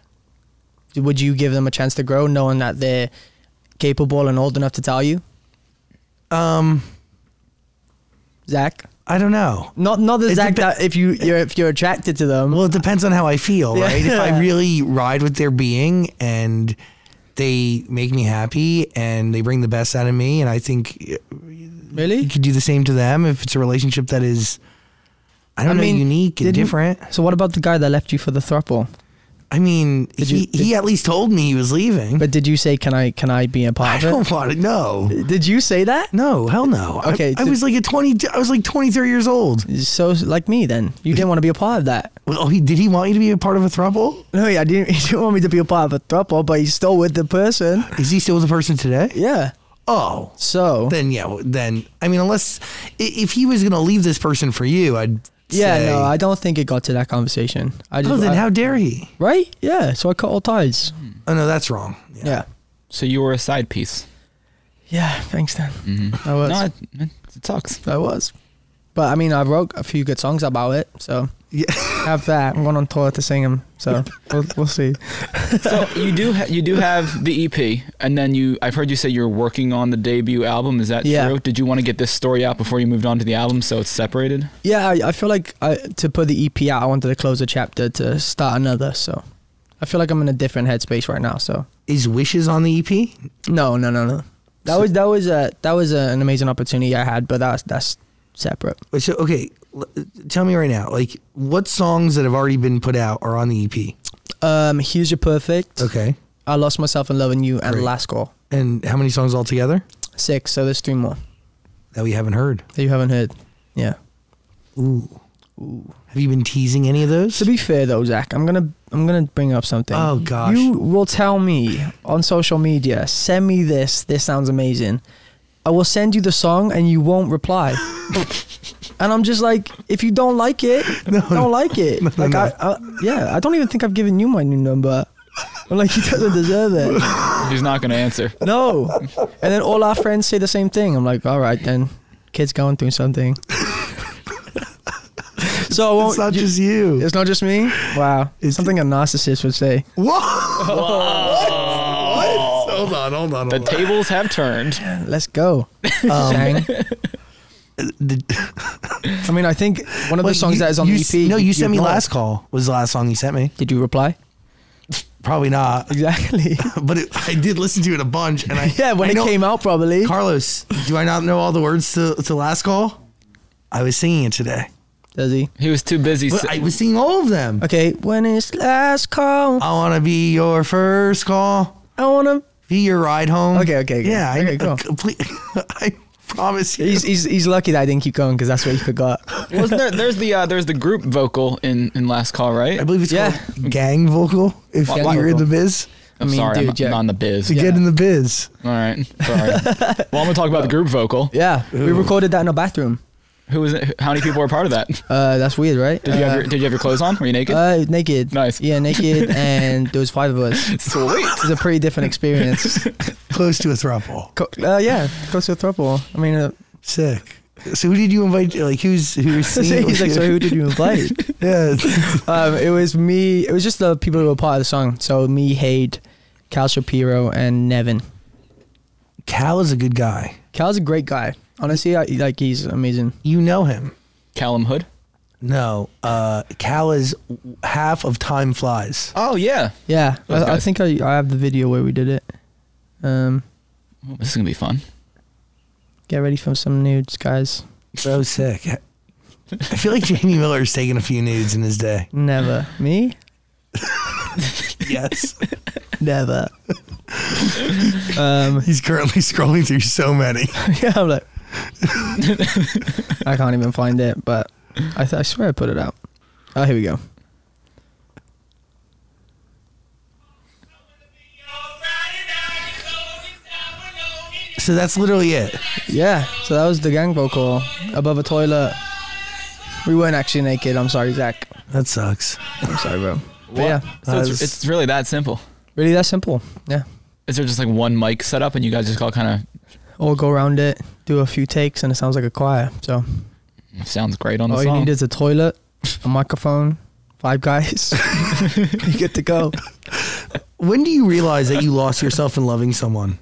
Would you give them a chance to grow, knowing that they're capable and old enough to tell you, um, Zach? I don't know. Not not the It Zach depe- that if you you're, if you're attracted to them. Well, it depends on how I feel, Yeah. right? If I really ride with their being and they make me happy and they bring the best out of me, and I think really? you could do the same to them if it's a relationship that is, I don't I know, mean, unique and didn't- different. So what about the guy that left you for the throuple? I mean, Did he, you- did- he at least told me he was leaving. But did you say can I can I be a I part of don't want to know. it? Did you say that? No, hell no. I- Okay, I, so- was like a twenty. I was like twenty three years old. So like me then, you didn't want to be a part of that. Oh, he did he want you to be a part of a throuple? No, yeah, I didn't. He didn't want me to be a part of a throuple, but he's still with the person. Is he still the person today? Yeah. Oh, So then yeah, well, then I mean, unless i- if he was gonna leave this person for you, I'd yeah, say, no, I don't think it got to that conversation. I just oh, then I- how dare he? right? Yeah. So I cut all ties. Oh no, that's wrong. Yeah. Yeah. So you were a side piece. Yeah. Thanks, Dan. I was. No, it, it sucks. I was. But I mean, I wrote a few good songs about it, so have that. I'm going on tour to sing them, so we'll, we'll see. So you do ha- you do have the EP, and then you I've heard you say you're working on the debut album. Is that Yeah. true? Did you want to get this story out before you moved on to the album, so it's separated? E Yeah, I, I feel like I, to put the EP out, I wanted to close a chapter to start another. So I feel like I'm in a different headspace right now. So Is Wishes on the E EP? no, no, no, no. That was that was a that was a, an amazing opportunity I had, but that's that's separate. Wait, so okay, l- tell me right now, like what songs that have already been put out are on the E EP? Um, here's your perfect. Okay, I lost myself in loving you and Great. last call and how many songs altogether six. So there's three more that we haven't heard? that you haven't heard. Yeah. Have you been teasing any of those? To be fair though, Zach, I'm gonna I'm gonna bring up something. Oh, gosh. You will tell me on social media, send me this, this sounds amazing. I will send you the song and you won't reply. and I'm just like, if you don't like it, don't like it. like I, I yeah, I don't even think I've given you my new number. I'm like, he doesn't deserve it. He's not gonna answer. No. And then all our friends say the same thing. I'm like, all right then, kid's going through something. so I won't It's not just you. it's not just me. Wow, something a narcissist would say. Whoa! What? Hold on, hold on, The hold on. tables have turned. Let's go. Zang. I mean, I think one of the Wait, songs you- that is on you the E s- EP. No, you you'd sent me like. last call. Was the last song you sent me? Did you reply? Probably not, Exactly. but it, I did listen to it a bunch, and I yeah, when I it know- came out, probably. Carlos, do I not know all the words to, to last call? I was singing it today. Does he? He was too busy. But si- I was singing all of them. Okay, when it's last call, I want to be your first call, I wanna. be your ride home. Okay, okay, okay. Yeah, I, Okay, cool. complete, I promise you. He's, he's, he's lucky that I didn't keep going because that's what he forgot. Wasn't there? There's the uh, there's the group vocal in in last call, right? I believe it's Yeah. called gang vocal. If Gang you're in the vocal. biz, I'm mean, sorry, dude, I'm yeah. not on the biz. to get in the biz. All right, sorry. well, I'm gonna talk about the group vocal. Yeah, we recorded that in a bathroom. Who was it? How many people were part of that? Uh, that's weird, right? Did you have your Did you have your clothes on? Were you naked? Uh, naked. Nice. Yeah, naked, and there was five of us. Sweet. It was a pretty different experience. Close to a throuple. Co- uh, yeah, close to a throuple. I mean, uh, Sick. So who did you invite? Like who's who's singing? he's like, so who did you invite? yeah. um, it was me. It was just the people who were part of the song. So me, Hade, Cal Shapiro, and Nevin. Cal is a good guy. Cal's a great guy. Honestly, I, like he's amazing. You know him. Callum Hood. No, uh, Cal is half of Time Flies. Oh yeah. Yeah, Those I, I guys. think I, I have the video where we did it. Um, Well, this is gonna be fun. get ready for some nudes, guys. So sick. I feel like Jamie Miller's taken a few nudes in his day. Never me. Yes. Never. um, He's currently scrolling through so many. yeah, I'm like, I can't even find it, but I, th- I swear I put it out. Oh, here we go. So that's literally it. Yeah, so that was the gang vocal above a toilet. We weren't actually naked. I'm sorry, Zach. That sucks. I'm sorry, bro. But What? yeah, So That's- it's, it's really that simple. really that simple. Yeah, Is there just like one mic set up and you guys just all kind or go around it, do a few takes, and it sounds like a choir. So of sounds great on the all you song? need is a toilet, a microphone, five guys. you get to go. When do you realize that you lost yourself in loving someone?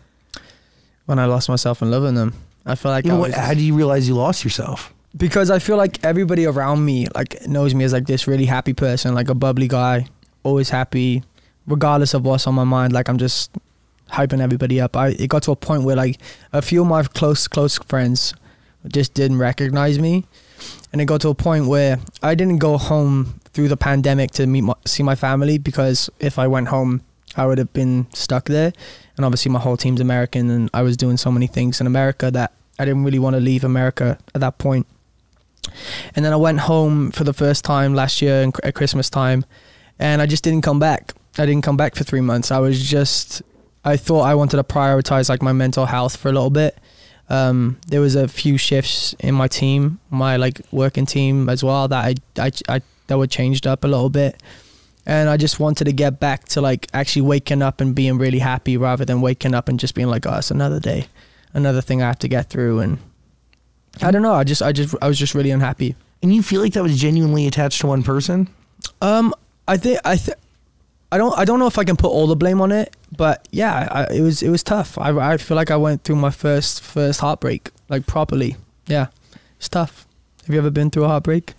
When I lost myself in loving them, I feel like You I know was what, how do you realize you lost yourself? because I feel like everybody around me like knows me as like this really happy person, like a bubbly guy, always happy, regardless of what's on my mind. Like I'm just hyping everybody up. I it got to a point where like a few of my close close friends just didn't recognize me, and it got to a point where I didn't go home through the pandemic to meet my, see my family because if I went home, I would have been stuck there. And obviously, my whole team's American, and I was doing so many things in America that I didn't really want to leave America at that point. And then I went home for the first time last year in- at Christmas time, and I just didn't come back. I didn't come back for three months. I was just, I thought I wanted to prioritize like my mental health for a little bit. Um, there was a few shifts in my team, my like working team as well that I, I, I that were changed up a little bit, and I just wanted to get back to like actually waking up and being really happy rather than waking up and just being like, oh, it's another day, another thing I have to get through, and I don't know. I just, I just, I was just really unhappy. And you feel like that was genuinely attached to one person? Um, I think I th- I don't I don't know if I can put all the blame on it, but yeah, I, it was it was tough. I I feel like I went through my first first heartbreak like properly. Yeah, it's tough. Have you ever been through a heartbreak?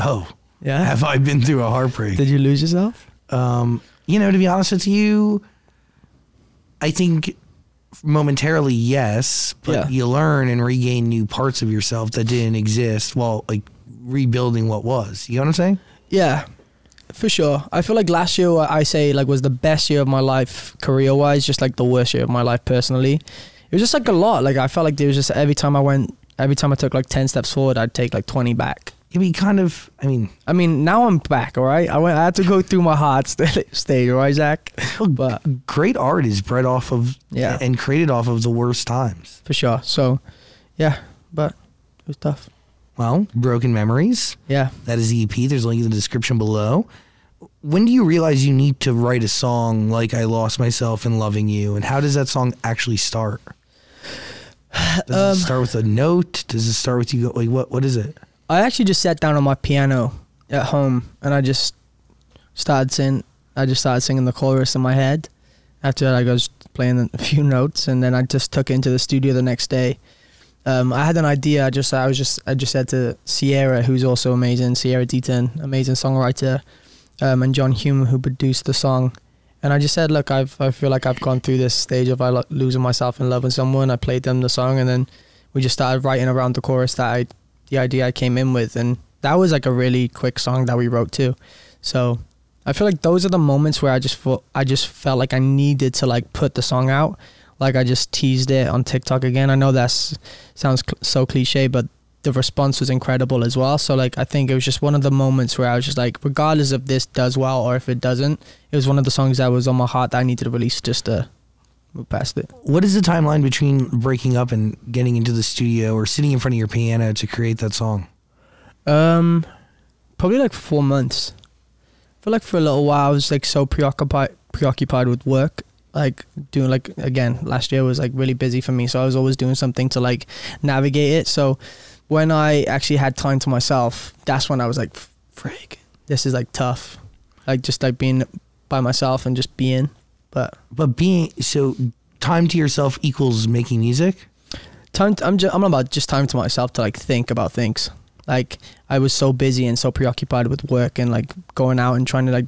Oh, Yeah. have I been through a heartbreak? Did you lose yourself? Um, You know, to be honest with you, I think momentarily yes, but Yeah. you learn and regain new parts of yourself that didn't exist while like rebuilding what was. You know what I'm saying? Yeah, for sure. I feel like last year, what I say like was the best year of my life career wise, just like the worst year of my life personally. It was just like a lot. Like I felt like there was just every time I went, every time I took like ten steps forward, I'd take like twenty back. I mean, kind of. I mean, I mean, now I'm back. All right, I went. I had to go through my hard st- stage, all right, Zach. But great art is bred off of Yeah. and created off of the worst times. for sure. So, yeah, but it was tough. Well, broken memories. Yeah. That is the EP. There's a link in the description below. When do you realize you need to write a song like I Lost Myself in Loving You? And how does that song actually start? Does it start with a note? Does it start with you go like what what is it? I actually just sat down on my piano at home and I just started singing. I just started singing the chorus in my head. After that, I was playing a few notes, and then I just took it into the studio the next day. Um, I had an idea. I just, I was just, I just said to Sierra, who's also amazing, Sierra Deaton, amazing songwriter, um, and John Hume, who produced the song. And I just said, look, I've, I feel like I've gone through this stage of I lo- losing myself in loving someone. I played them the song, and then we just started writing around the chorus that I the idea I came in with, and that was like a really quick song that we wrote too. So I feel like those are the moments where I just felt I just felt like I needed to like put the song out. Like I just teased it on TikTok again. I know that sounds cl- so cliche, but the response was incredible as well. So like I think it was just one of the moments where I was just like, regardless if this does well or if it doesn't, it was one of the songs that was on my heart that I needed to release just to move past it. What is the timeline between breaking up and getting into the studio or sitting in front of your piano to create that song? Um, probably like four months. I feel like for a little while I was like so preoccupied preoccupied with work, like doing like again last year was like really busy for me, so I was always doing something to like navigate it. So when I actually had time to myself, that's when I was like, "Frig, this is like tough." Like just like being by myself and just being, but But being so time to yourself equals making music? time to, I'm just I'm about just time to myself to like think about things. Like I was so busy and so preoccupied with work and like going out and trying to like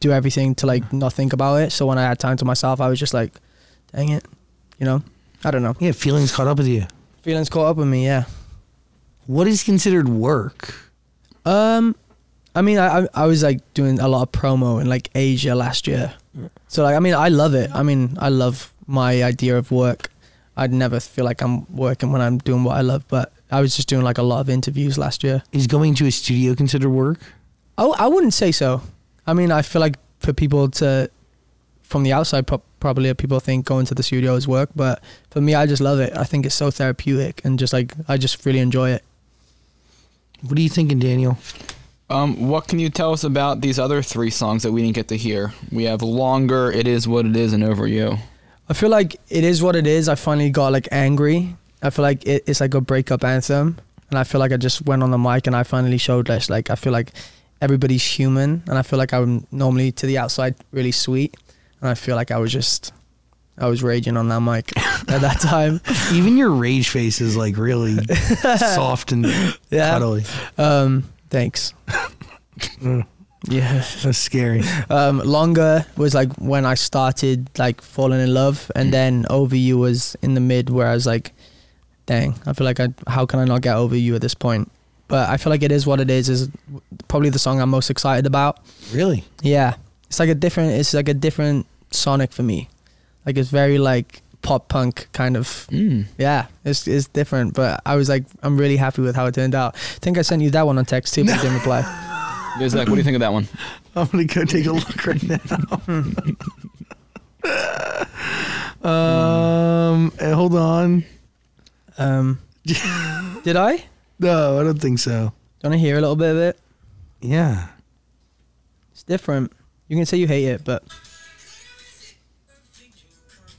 do everything to like not think about it. So when I had time to myself, I was just like, dang it, you know. I don't know. Yeah, feelings caught up with you. Feelings caught up with me. Yeah. What is considered work? Um, I mean, I I- I was like doing a lot of promo in like Asia last year, so like I mean, I love it. I mean, I love my idea of work. I'd never feel like I'm working when I'm doing what I love, but I was just doing like a lot of interviews last year. Is going to a studio considered work? I, Oh, I wouldn't say so. I mean, I feel like for people to, from the outside, pro- probably people think going to the studio is work, but for me, I just love it. I think it's so therapeutic and just like, I just really enjoy it. What are you thinking, Daniel? Um, what can you tell us about these other three songs that we didn't get to hear? We have Longer, It Is What It Is, and Over You. I feel like it is what it is. I finally got like angry. I feel like it, it's like a breakup anthem, and I feel like I just went on the mic and I finally showed less. Like I feel like everybody's human, and I feel like I'm normally to the outside really sweet, and I feel like I was just, I was raging on that mic at that time. Even your rage face is like really soft and Yeah. cuddly. Um, thanks. yeah. That's scary. Um, longer was like when I started like falling in love, and then over you was in the mid where I was like, dang, I feel like I how can I not get over you at this point? But I feel like it is what it is. Is probably the song I'm most excited about. Really? Yeah, it's like a different. It's like a different sonic for me. Like it's very like pop punk kind of. Mm. Yeah, it's it's different. But I was like, I'm really happy with how it turned out. I think I sent you that one on text too, but you didn't reply. Zach, what do you think of that one? I'm gonna go take a look right now. um, eh, hold on. Um, did I? Do No, I don't think so. you want to hear a little bit of it? Yeah. It's different. You can say you hate it, but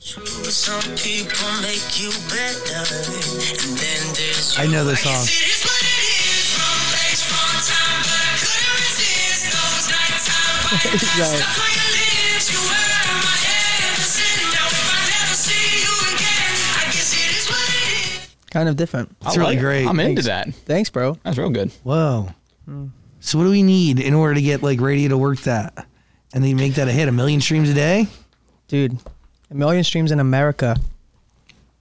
Some people make you better, and then there's I know the song. It is what it is. Wrong place, wrong time, but I couldn't resist those nighttime bites. Stuck on your lips, you were in my head. And now if I never see you again, I guess it is what it is. kind of different. It's really great. I'm into that. Thanks, bro. That's real good. Hmm. Whoa. So what do we need in order to get like radio to work that? and they make that a hit, a million streams a day. dude. A million streams in America.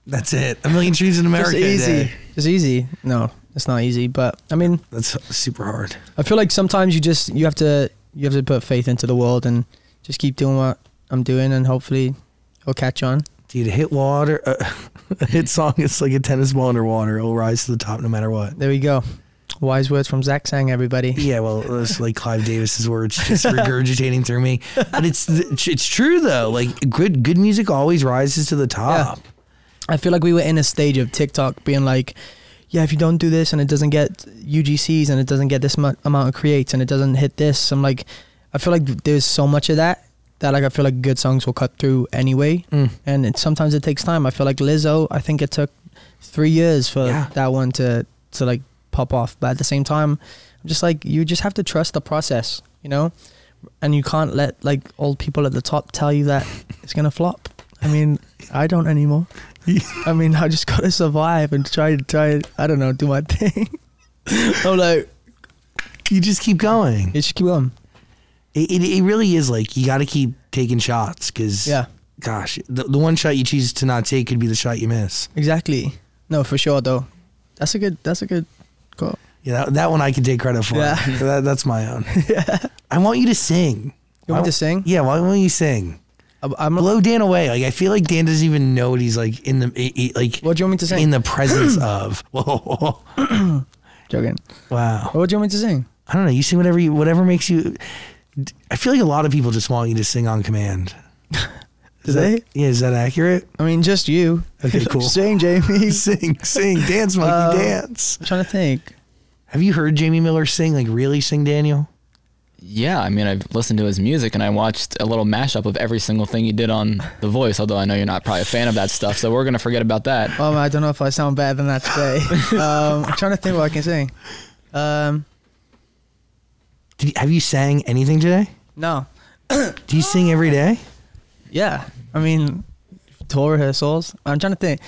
That's it. A million streams in America. a Just easy. day. Just easy. No, it's not easy, but I mean, That's super hard. I feel like sometimes you just you have to you have to put faith into the world and just keep doing what I'm doing and hopefully it'll catch on. Dude, a hit water. Uh, a hit song is like a tennis ball underwater. It'll rise to the top no matter what. There we go. Wise words from Zach Sang, everybody. Yeah, well, it's like Clive Davis's words just regurgitating through me. But it's it's true though. Like good good music always rises to the top. I feel like we were in a stage of TikTok being like, yeah, if you don't do this and it doesn't get UGCs and it doesn't get this mu- amount of creates and it doesn't hit this, I'm like, I feel like there's so much of that that like I feel like good songs will cut through anyway, Mm. and it, sometimes it takes time. I feel like Lizzo, I think it took three years for Yeah. that one to to like pop off, but at the same time, I'm just like you just have to trust the process, you know, and you can't let like old people at the top tell you that it's gonna flop. I mean, I don't anymore. I mean, I just gotta survive and try to try. I don't know, do my thing. I'm like, You just keep going. it's keep on. It, it, it really is like you got to keep taking shots because Yeah. gosh, the, the one shot you choose to not take could be the shot you miss. Exactly. No, for sure though. That's a good. That's a good call. Yeah, that, that one I can take credit for. Yeah. That, that's my own. I want you to sing. You I- want me to sing? Yeah, why won't you sing? I- I'm. Blow Dan away. Like I feel like Dan doesn't even know what he's like in the i- i- like. What do you want me to sing? In the presence of. Whoa. joking. Wow. What do you want me to sing? I don't know. You sing whatever you, whatever makes you. I feel like a lot of people just want you to sing on command. Do they? Yeah, is that accurate? I mean, just you. Okay, cool. sing, Jamie. sing, sing, dance, monkey, Um, dance. I'm trying to think. Have you heard Jamie Miller sing? Like really sing, Daniel? Yeah, I mean, I've listened to his music and I watched a little mashup of every single thing he did on The Voice. Although I know you're not probably a fan of that stuff, so we're gonna forget about that. Um, I don't know if I sound better than that today. um, I'm trying to think what I can sing. Um, Did you, have you sang anything today? no. Do you sing every day? Yeah, I mean, tour rehearsals. I'm trying to think.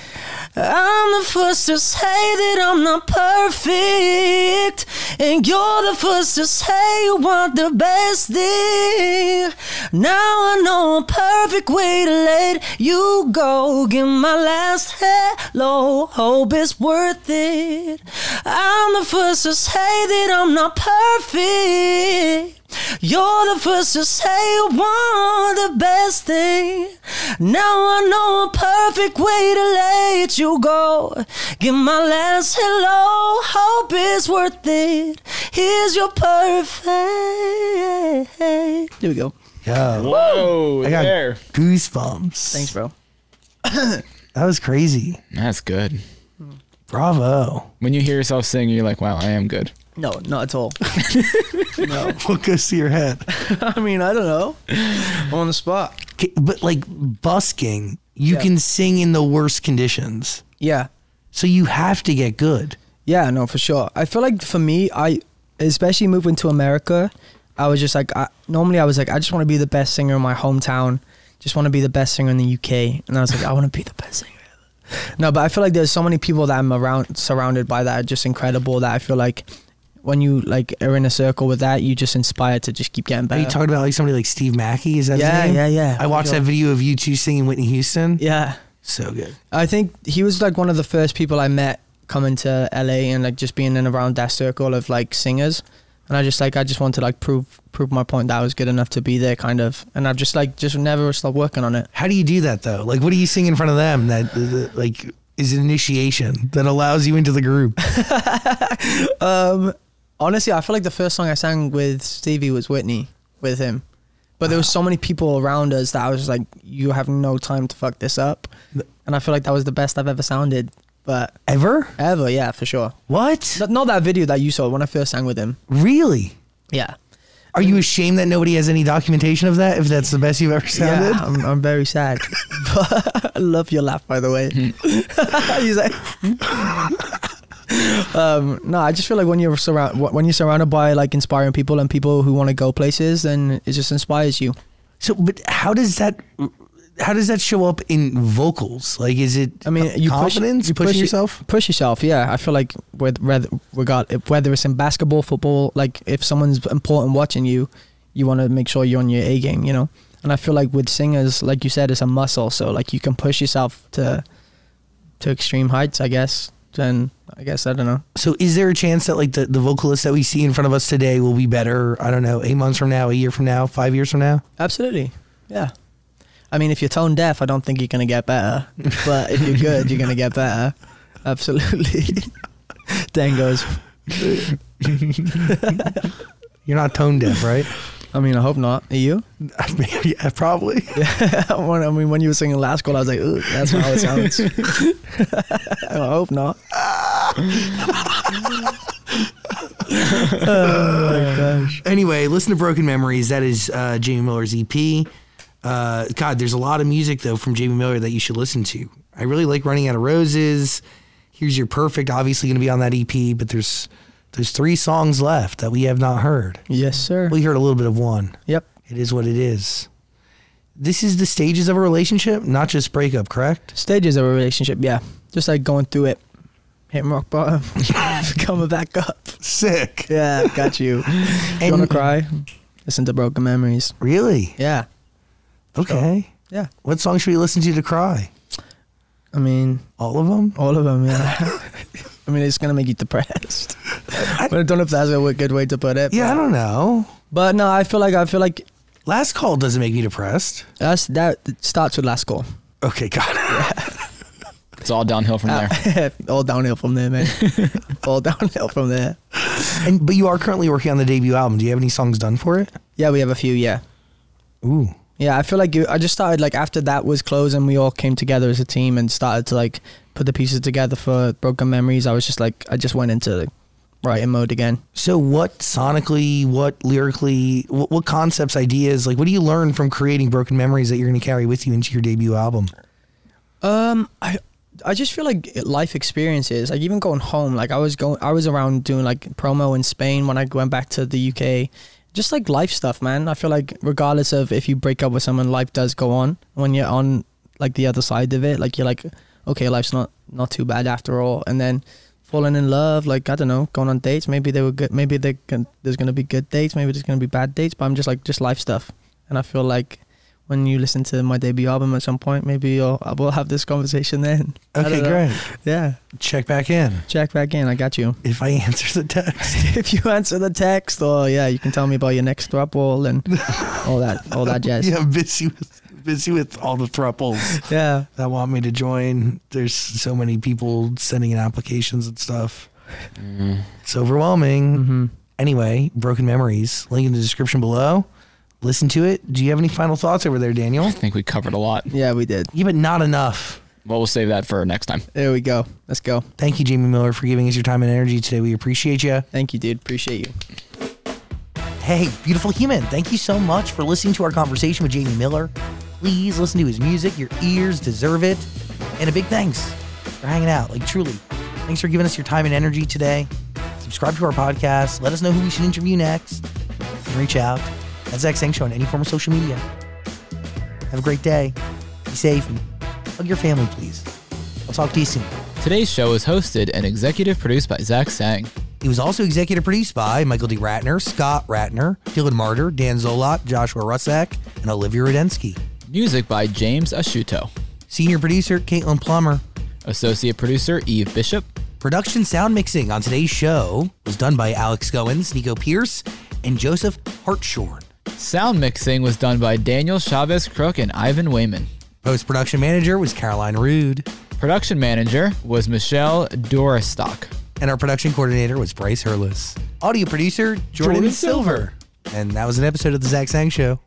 I'm the first to say that I'm not perfect, and you're the first to say you want the best thing. Now I know a perfect way to let you go. Give my last hello, hope it's worth it. I'm the first to say that I'm not perfect. You're the first to say you want the best thing. Now I know a perfect way to let you go. Give my last hello, hope it's worth it. Here's your perfect. There we go. Yo, Whoa, I got goosebumps. Thanks, bro. That was crazy. That's good. Bravo. When you hear yourself sing, you're like, wow, I am good. No, not at all. What goes to your head? I mean, I don't know. I'm on the spot. Okay, but like busking, you Yeah. can sing in the worst conditions. Yeah. So you have to get good. Yeah, no, for sure. I feel like for me, I especially moving to America, I was just like, I, normally I was like, I just want to be the best singer in my hometown. Just want to be the best singer in the UK, and I was like, I want to be the best singer. ever. No, but I feel like there's so many people that I'm around, surrounded by that are just incredible. That I feel like when you like are in a circle with that, you just inspire to just keep getting Are better. you talking about like somebody like Steve Mackey? Is that Yeah, his name? yeah, yeah. I watched that video of you two singing Whitney Houston. yeah. So good. I think he was like one of the first people I met coming to LA and like just being in around that circle of like singers. And I just like I just wanted to like prove prove my point that I was good enough to be there kind of. And I've just like just never stopped working on it. How do you do that though? Like, what do you sing in front of them that uh, like is an initiation that allows you into the group? Honestly, I feel like the first song I sang with Stevie was Whitney with him. But there was so many people around us that I was just like, you have no time to fuck this up. And I feel like that was the best I've ever sounded. But Ever? ever, yeah, for sure. What? Not, not that video that you saw when I first sang with him. Really? Yeah. Are you ashamed that nobody has any documentation of that? If that's the best you've ever sounded? Yeah, I'm, I'm very sad. But I love your laugh, by the way. He's like, hmm? um, no, I just feel like when you're surround wh- when you're surrounded by like inspiring people and people who want to go places, then it just inspires you. So, but how does that? How does that show up in vocals? Like, is it? I mean, you confidence. Push, you pushing push- yourself. Push yourself. Yeah, I feel like with whether regard if- whether it's in basketball, football, like if someone's important watching you, you want to make sure you're on your A game, you know. And I feel like with singers, like you said, it's a muscle. So like you can push yourself to to extreme heights, I guess. Then I guess I don't know. So is there a chance that like the, the vocalists that we see in front of us today will be better, I don't know, eight months from now, a year from now, five years from now? Absolutely, yeah. I mean, if you're tone deaf, I don't think you're gonna get better. But if you're good, you're gonna get better. Absolutely. Dango's. You're not tone deaf, right? I mean, I hope not. Are you? I mean, yeah, probably. when, I mean, when you were singing last call, I was like, "Ooh, that's how it sounds." I hope not. Anyway, listen to Broken Memories. That is uh, Jamie Miller's EP. Uh, God, there's a lot of music though from Jamie Miller that you should listen to. I really like Running Out of Roses. Here's Your Perfect, obviously going to be on that EP, but there's there's three songs left that we have not heard. Yes, sir. We heard a little bit of one. Yep. It is what it is. This is the stages of a relationship, not just breakup, correct? Stages of a relationship, yeah. Just like going through it, hitting rock bottom, coming back up. Sick. Yeah, got you. you wanna cry? Listen to Broken Memories. Really? Yeah, Okay. yeah. What song should we listen to to cry? I mean, All of them? all of them. Yeah. I mean, it's gonna make you depressed. but I don't know if that's a w- good way to put it. Yeah, I don't know. But no, I feel like I feel like Last Call doesn't make me depressed. that's that starts with last call. Okay, got it. It's all downhill Uh, from there. all downhill from there, man. all downhill from there. And but you are currently working on the debut album. Do you have any songs done for it? Yeah, we have a few. Yeah, Ooh. yeah. I feel like you, I just started like after that was closed and we all came together as a team and started to like put the pieces together for Broken Memories. I was just like, I just went into like, writing mode again. So what sonically, what lyrically, what, what concepts, ideas, like what do you learn from creating Broken Memories that you're going to carry with you into your debut album? Um, I I just feel like life experiences, like even going home, like I was going, I was around doing like promo in Spain when I went back to the UK. Just like life stuff, man. I feel like regardless of if you break up with someone, life does go on. When you're on like the other side of it, like you're like, okay, life's not not too bad after all. And then falling in love, like I don't know, going on dates. Maybe they were good. Maybe they can, there's gonna be good dates. Maybe there's gonna be bad dates. But I'm just like just life stuff. And I feel like when you listen to my debut album at some point, maybe you'll we'll have this conversation then. I Okay, don't know. great. Yeah, Check back in. check back in. I got you. If I answer the text. if you answer the text, or yeah, you can tell me about your next throuple and all that, all that jazz. Yeah, I'm busy with busy with all the thruples yeah. that want me to join. There's so many people sending in applications and stuff. It's overwhelming. Anyway, broken memories. Link in the description below. Listen to it. Do you have any final thoughts over there, Daniel? I think we covered a lot. Yeah, we did. Yeah, but not enough. Well, we'll save that for next time. There we go. Let's go. Thank you, Jamie Miller, for giving us your time and energy today. We appreciate you. Thank you, dude. Appreciate you. Hey, beautiful human, thank you so much for listening to our conversation with Jamie Miller. Please listen to his music, your ears deserve it. And a big thanks for hanging out, like truly. Thanks for giving us your time and energy today. Subscribe to our podcast, let us know who we should interview next, and reach out. That's Zach Sang Show on any form of social media. Have a great day, be safe, and hug your family, please. I'll talk to you soon. Today's show is hosted and executive produced by Zach Sang. It was also executive produced by Michael D. Ratner, Scott Ratner, Dylan Martyr, Dan Zolot, Joshua Rusak, and Olivia Rudensky. Music by James Ashuto. Senior producer Caitlin Plummer. Associate producer Eve Bishop. Production sound mixing on today's show was done by Alex Goins, Nico Pierce, and Joseph Hartshorn. Sound mixing was done by Daniel Chavez Crook and Ivan Wayman. Post production manager was Caroline Rude, Production manager was Michelle Doristock. and our production coordinator was Bryce Hurlis. Audio producer Jordan, Jordan Silver. And that was an episode of The Zach Sang Show.